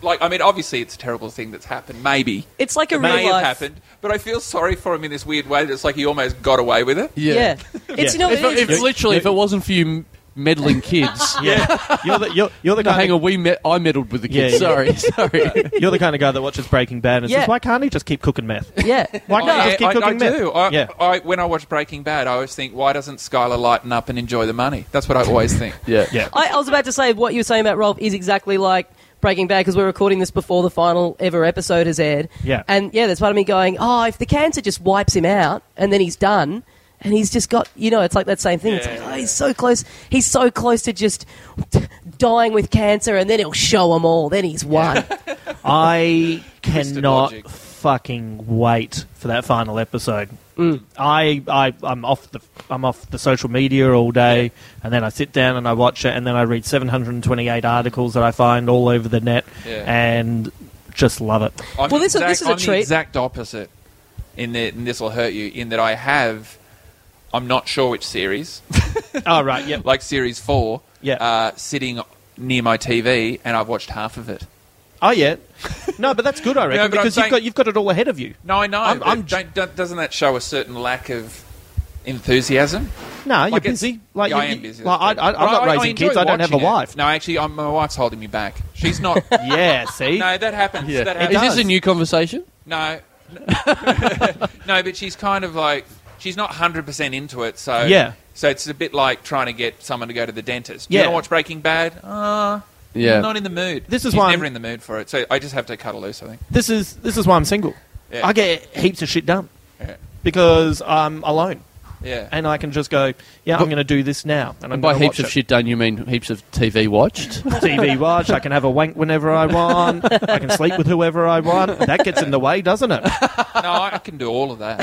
[SPEAKER 4] Like I mean, obviously it's a terrible thing that's happened. Maybe
[SPEAKER 1] it's like a
[SPEAKER 4] it may
[SPEAKER 1] real
[SPEAKER 4] have
[SPEAKER 1] life.
[SPEAKER 4] happened, but I feel sorry for him in this weird way. That it's like he almost got away with it.
[SPEAKER 1] Yeah.
[SPEAKER 2] Yeah.
[SPEAKER 1] It's you know
[SPEAKER 2] If,
[SPEAKER 1] it
[SPEAKER 2] if
[SPEAKER 1] is.
[SPEAKER 2] literally, if it wasn't for you m- meddling kids.
[SPEAKER 3] Yeah, you're the you're, you're the
[SPEAKER 2] No,
[SPEAKER 3] kind
[SPEAKER 2] hang
[SPEAKER 3] of,
[SPEAKER 2] on, we met, I meddled with the kids.
[SPEAKER 3] Yeah.
[SPEAKER 2] sorry, sorry.
[SPEAKER 3] you're the kind of guy that watches Breaking Bad and
[SPEAKER 1] Yeah.
[SPEAKER 3] says, "Why can't he just keep cooking meth?"
[SPEAKER 1] Yeah.
[SPEAKER 3] Why can't
[SPEAKER 4] I,
[SPEAKER 3] he just keep
[SPEAKER 4] I, I
[SPEAKER 3] cooking meth?
[SPEAKER 4] do. I,
[SPEAKER 3] yeah.
[SPEAKER 4] I, when I watch Breaking Bad, I always think, why doesn't Skylar lighten up and enjoy the money? That's what I always think.
[SPEAKER 2] Yeah.
[SPEAKER 3] yeah.
[SPEAKER 1] I, I was about to say what you were saying about Rolf is exactly like Breaking Bad because we're recording this before the final ever episode has aired.
[SPEAKER 3] Yeah.
[SPEAKER 1] And yeah, there's part of me going, oh, if the cancer just wipes him out and then he's done. And he's just got, you know, it's like that same thing. It's like, oh, he's so close. He's so close to just dying with cancer, and then he'll show them all. Then he's won.
[SPEAKER 3] I cannot
[SPEAKER 4] logic.
[SPEAKER 3] fucking wait for that final episode.
[SPEAKER 4] Mm.
[SPEAKER 3] I, I I'm off the I'm off the social media all day, and then I sit down and I watch it, and then I read 728 articles that I find all over the net,
[SPEAKER 4] Yeah.
[SPEAKER 3] and just love it.
[SPEAKER 4] I'm
[SPEAKER 1] Well, this is-
[SPEAKER 4] exact,
[SPEAKER 1] this is a
[SPEAKER 4] I'm
[SPEAKER 1] treat.
[SPEAKER 4] the exact opposite. In that, and this will hurt you. In that, I have. I'm not sure which series,
[SPEAKER 3] oh right, yep.
[SPEAKER 4] like series four.
[SPEAKER 3] Yeah.
[SPEAKER 4] Uh, sitting near my TV, and I've watched half of it.
[SPEAKER 3] Oh yeah. No, but that's good, I reckon,
[SPEAKER 4] but I'm
[SPEAKER 3] because you've
[SPEAKER 4] saying-
[SPEAKER 3] got you've got it all ahead of you.
[SPEAKER 4] No, I know.
[SPEAKER 3] I'm-
[SPEAKER 4] but
[SPEAKER 3] I'm j-
[SPEAKER 4] don't, don't, doesn't that show a certain lack of enthusiasm?
[SPEAKER 3] No, you're
[SPEAKER 4] Like it's-
[SPEAKER 3] busy. Like
[SPEAKER 4] yeah, I
[SPEAKER 3] you-
[SPEAKER 4] am
[SPEAKER 3] you-
[SPEAKER 4] busy.
[SPEAKER 3] Like, I,
[SPEAKER 4] that's
[SPEAKER 3] I, I'm
[SPEAKER 4] right. But
[SPEAKER 3] not
[SPEAKER 4] I- I
[SPEAKER 3] raising
[SPEAKER 4] enjoy
[SPEAKER 3] kids. I don't have a
[SPEAKER 4] watching it.
[SPEAKER 3] wife.
[SPEAKER 4] No, actually, I'm, my wife's holding me back. She's not. no,
[SPEAKER 3] Yeah, see.
[SPEAKER 4] that happens.
[SPEAKER 2] Yeah.
[SPEAKER 4] That
[SPEAKER 2] Is
[SPEAKER 4] happens.
[SPEAKER 2] this a new conversation?
[SPEAKER 4] No. no, but she's kind of like she's not hundred percent into it, so
[SPEAKER 3] Yeah.
[SPEAKER 4] So it's a bit like trying to get someone to go to the dentist. Do
[SPEAKER 3] Yeah.
[SPEAKER 4] you want to watch Breaking Bad? Uh
[SPEAKER 2] Yeah.
[SPEAKER 4] Not in the mood.
[SPEAKER 3] This is
[SPEAKER 4] She's
[SPEAKER 3] why
[SPEAKER 4] never
[SPEAKER 3] I'm-
[SPEAKER 4] in the mood for it. So I just have to cut her loose, I think.
[SPEAKER 3] This is this is why I'm single.
[SPEAKER 4] Yeah.
[SPEAKER 3] I get heaps of shit done
[SPEAKER 4] Yeah.
[SPEAKER 3] because I'm alone
[SPEAKER 4] Yeah.
[SPEAKER 3] and I can just go. Yeah, I'm going to do this now. And I'm
[SPEAKER 2] And by
[SPEAKER 3] gonna
[SPEAKER 2] heaps
[SPEAKER 3] watch
[SPEAKER 2] of
[SPEAKER 3] it.
[SPEAKER 2] shit done, you mean heaps of TV watched?
[SPEAKER 3] TV watch. I can have a wank whenever I want. I can sleep with whoever I want. That gets in the way, doesn't it?
[SPEAKER 4] no, I can do all of that.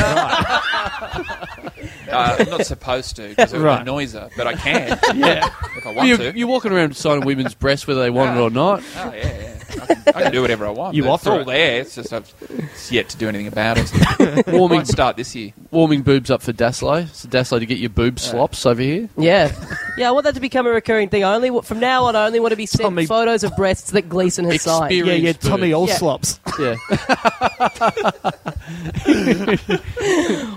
[SPEAKER 4] uh, I'm not supposed to because it
[SPEAKER 3] Right.
[SPEAKER 4] annoys her, but I can
[SPEAKER 3] Yeah.
[SPEAKER 4] if I want
[SPEAKER 2] you,
[SPEAKER 4] to.
[SPEAKER 2] You're walking around signing women's breasts whether they want it or not.
[SPEAKER 4] Oh, yeah, yeah. I can, I can do whatever I want.
[SPEAKER 3] You
[SPEAKER 4] but
[SPEAKER 3] offer
[SPEAKER 4] it's all
[SPEAKER 3] it.
[SPEAKER 4] there. It's just I've it's yet to do anything about it.
[SPEAKER 2] Warming-
[SPEAKER 4] Might start this year.
[SPEAKER 2] Warming boobs up for Daslo. So Daslo to get your boob slops over here.
[SPEAKER 1] yeah, yeah. I want that to become a recurring thing. I only wa- from now on, I only want to be sent
[SPEAKER 3] Tommy-
[SPEAKER 1] photos of breasts that Gleason has signed.
[SPEAKER 2] Experience.
[SPEAKER 3] Yeah, yeah,
[SPEAKER 2] Experience
[SPEAKER 3] Tommy
[SPEAKER 2] food.
[SPEAKER 3] Allslops.
[SPEAKER 2] Yeah.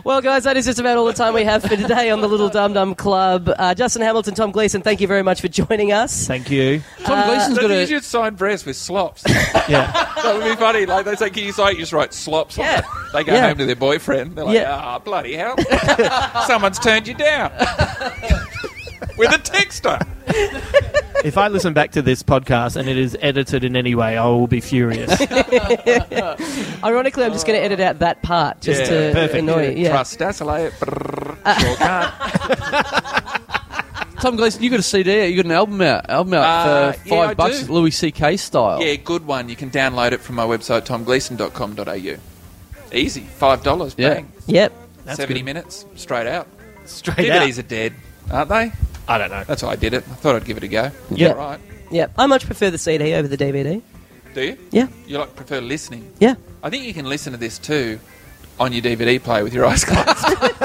[SPEAKER 1] Well, guys, that is just about all the time we have for today on the Little Dum Dum Club. Uh, Justin Hamilton, Tom Gleason, thank you very much for joining us.
[SPEAKER 3] Thank you.
[SPEAKER 2] Tom Gleason's
[SPEAKER 4] Don't
[SPEAKER 2] got
[SPEAKER 4] Uh, you
[SPEAKER 2] a.
[SPEAKER 4] should sign breasts with slops.
[SPEAKER 3] Yeah.
[SPEAKER 4] that would be funny. Like they say, can you sign? You just write slops. on
[SPEAKER 1] Yeah.
[SPEAKER 4] it. They go
[SPEAKER 1] Yeah.
[SPEAKER 4] home to their boyfriend. They're like,
[SPEAKER 1] Yeah.
[SPEAKER 4] ah, bloody hell! Someone's turned you down with a texter.
[SPEAKER 3] If I listen back to this podcast and it is edited in any way, I will be furious.
[SPEAKER 1] Ironically, I'm just going to edit out that part just
[SPEAKER 4] Yeah,
[SPEAKER 1] to
[SPEAKER 3] perfect.
[SPEAKER 1] annoy you. Yeah.
[SPEAKER 4] Trust us, like, brrr, sure can't.
[SPEAKER 2] Tom Gleason, you got a CD. out, You got an album out. Album out
[SPEAKER 4] Uh,
[SPEAKER 2] for
[SPEAKER 4] yeah,
[SPEAKER 2] five
[SPEAKER 4] I
[SPEAKER 2] bucks,
[SPEAKER 4] do.
[SPEAKER 2] Louis C.K. style.
[SPEAKER 4] Yeah, good one. You can download it from my website, tomgleason.com.au. Easy, five dollars.
[SPEAKER 2] Yeah.
[SPEAKER 4] Bang.
[SPEAKER 1] Yep.
[SPEAKER 3] That's
[SPEAKER 4] Seventy
[SPEAKER 3] good.
[SPEAKER 4] minutes straight out.
[SPEAKER 3] Straight out.
[SPEAKER 4] DVDs are dead, aren't they?
[SPEAKER 3] I don't know.
[SPEAKER 4] That's why I did it. I thought I'd give it a go.
[SPEAKER 3] Yeah.
[SPEAKER 4] All right.
[SPEAKER 1] Yep. I much prefer the CD over the DVD.
[SPEAKER 4] Do you?
[SPEAKER 1] Yeah.
[SPEAKER 4] You like prefer listening?
[SPEAKER 1] Yeah.
[SPEAKER 4] I think you can listen to this too on your DVD player with your eyes closed.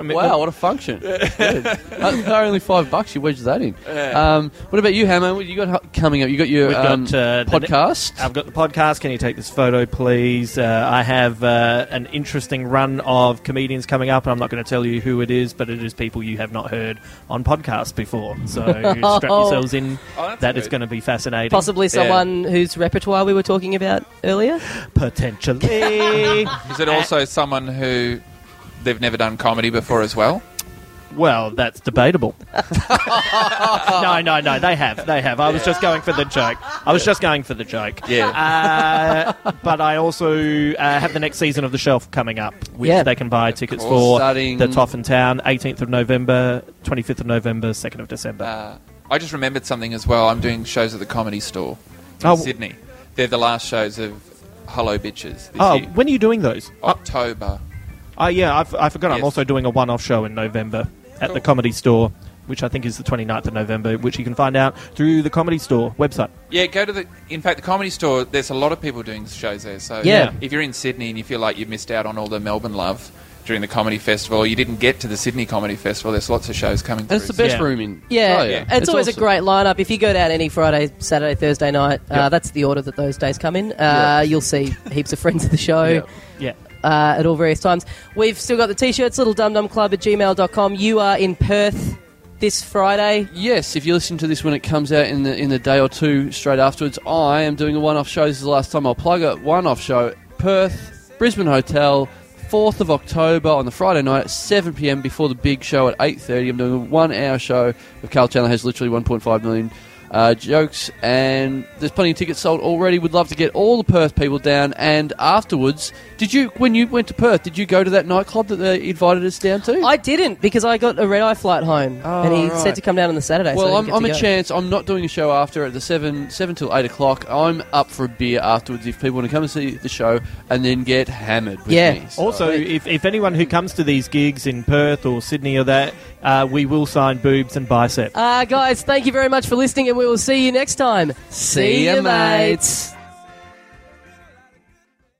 [SPEAKER 2] Wow, what a function! Good. Uh, for only five bucks. You wedged that in. Um, what about you, Hammer? What you got ho- coming up? You got your
[SPEAKER 3] We've
[SPEAKER 2] um,
[SPEAKER 3] got, uh, the ne-
[SPEAKER 2] podcast.
[SPEAKER 3] I've got the podcast. Can you take this photo, please? Uh, I have uh, an interesting run of comedians coming up, and I'm not going to tell you who it is, but it is people you have not heard on podcasts before. So strap yourselves in.
[SPEAKER 4] Oh, that's
[SPEAKER 3] that is
[SPEAKER 4] good.
[SPEAKER 3] going to be fascinating.
[SPEAKER 1] Possibly someone whose repertoire we were talking about earlier.
[SPEAKER 3] Potentially.
[SPEAKER 4] Is it also someone who they've never done comedy before as well?
[SPEAKER 3] well, that's debatable. no, no, no. They have. They have. I was just going for the joke. I was just going for the joke.
[SPEAKER 4] Yeah.
[SPEAKER 3] Uh, but I also uh, have the next season of The Shelf coming up, which
[SPEAKER 1] Yeah.
[SPEAKER 3] they can buy tickets for.
[SPEAKER 4] course.
[SPEAKER 2] Starting-
[SPEAKER 3] That's off in town, 18th of November, 25th of November, 2nd of December.
[SPEAKER 4] Uh, I just remembered something as well. I'm doing shows at the Comedy Store in
[SPEAKER 3] Oh.
[SPEAKER 4] Sydney. They're the last shows of Hello Bitches this
[SPEAKER 3] oh,
[SPEAKER 4] year.
[SPEAKER 3] when are you doing those?
[SPEAKER 4] October.
[SPEAKER 3] Oh, yeah, I, f- I forgot. I'm
[SPEAKER 4] Yes.
[SPEAKER 3] also doing a one-off show in November at the
[SPEAKER 4] Cool.
[SPEAKER 3] Comedy Store, which I think is the 29th of November, which you can find out through the Comedy Store website.
[SPEAKER 4] Yeah, go to the. In fact, the Comedy Store. There's a lot of people doing shows there. So
[SPEAKER 1] Yeah.
[SPEAKER 4] if you're in Sydney and you feel like you missed out on all the Melbourne love during the comedy festival, you didn't get to the Sydney Comedy Festival. There's lots of shows coming.
[SPEAKER 2] And it's the
[SPEAKER 4] through.
[SPEAKER 2] best
[SPEAKER 3] Yeah.
[SPEAKER 2] room in.
[SPEAKER 1] Yeah,
[SPEAKER 2] Oh,
[SPEAKER 1] and it's, always
[SPEAKER 2] awesome.
[SPEAKER 1] a great lineup. If you go down any Friday, Saturday, Thursday night, uh,
[SPEAKER 3] Yeah.
[SPEAKER 1] that's the order that those days come in. Uh,
[SPEAKER 2] Yeah.
[SPEAKER 1] You'll see heaps of friends of the show.
[SPEAKER 2] Yeah.
[SPEAKER 3] Yeah.
[SPEAKER 1] uh, at all various times. We've still got the t shirts, littledumdumclub at gmail.com. You are in Perth this Friday.
[SPEAKER 2] Yes, if you listen to this when it comes out in the in the day or two straight afterwards, I am doing a one-off show. This is the last time I'll plug it. One-off show, Perth, Brisbane Hotel, fourth of October on the Friday night, at seven pm before the big show at eight thirty. I'm doing a one-hour show of Carl Chandler has literally 1.5 million uh, jokes, and there's plenty of tickets sold already. Would love to get all the Perth people down. And afterwards, did you when you went to Perth, did you go to that nightclub that they invited us down to?
[SPEAKER 1] I didn't because I got a red eye flight home,
[SPEAKER 2] Oh,
[SPEAKER 1] and he
[SPEAKER 2] right.
[SPEAKER 1] said to come down on the Saturday. so
[SPEAKER 2] Well,
[SPEAKER 1] I
[SPEAKER 2] I'm,
[SPEAKER 1] didn't
[SPEAKER 2] I'm a
[SPEAKER 1] get to go.
[SPEAKER 2] chance. I'm not doing a show after at the seven seven till eight o'clock. I'm up for a beer afterwards if people want to come and see the show and then get hammered. With
[SPEAKER 1] Yeah.
[SPEAKER 2] Me, so-
[SPEAKER 3] Also, if, if anyone who comes to these gigs in Perth or Sydney or that, uh, we will sign boobs and biceps.
[SPEAKER 1] Uh, guys, thank you very much for listening, and we will see you next time.
[SPEAKER 2] See ya, mates.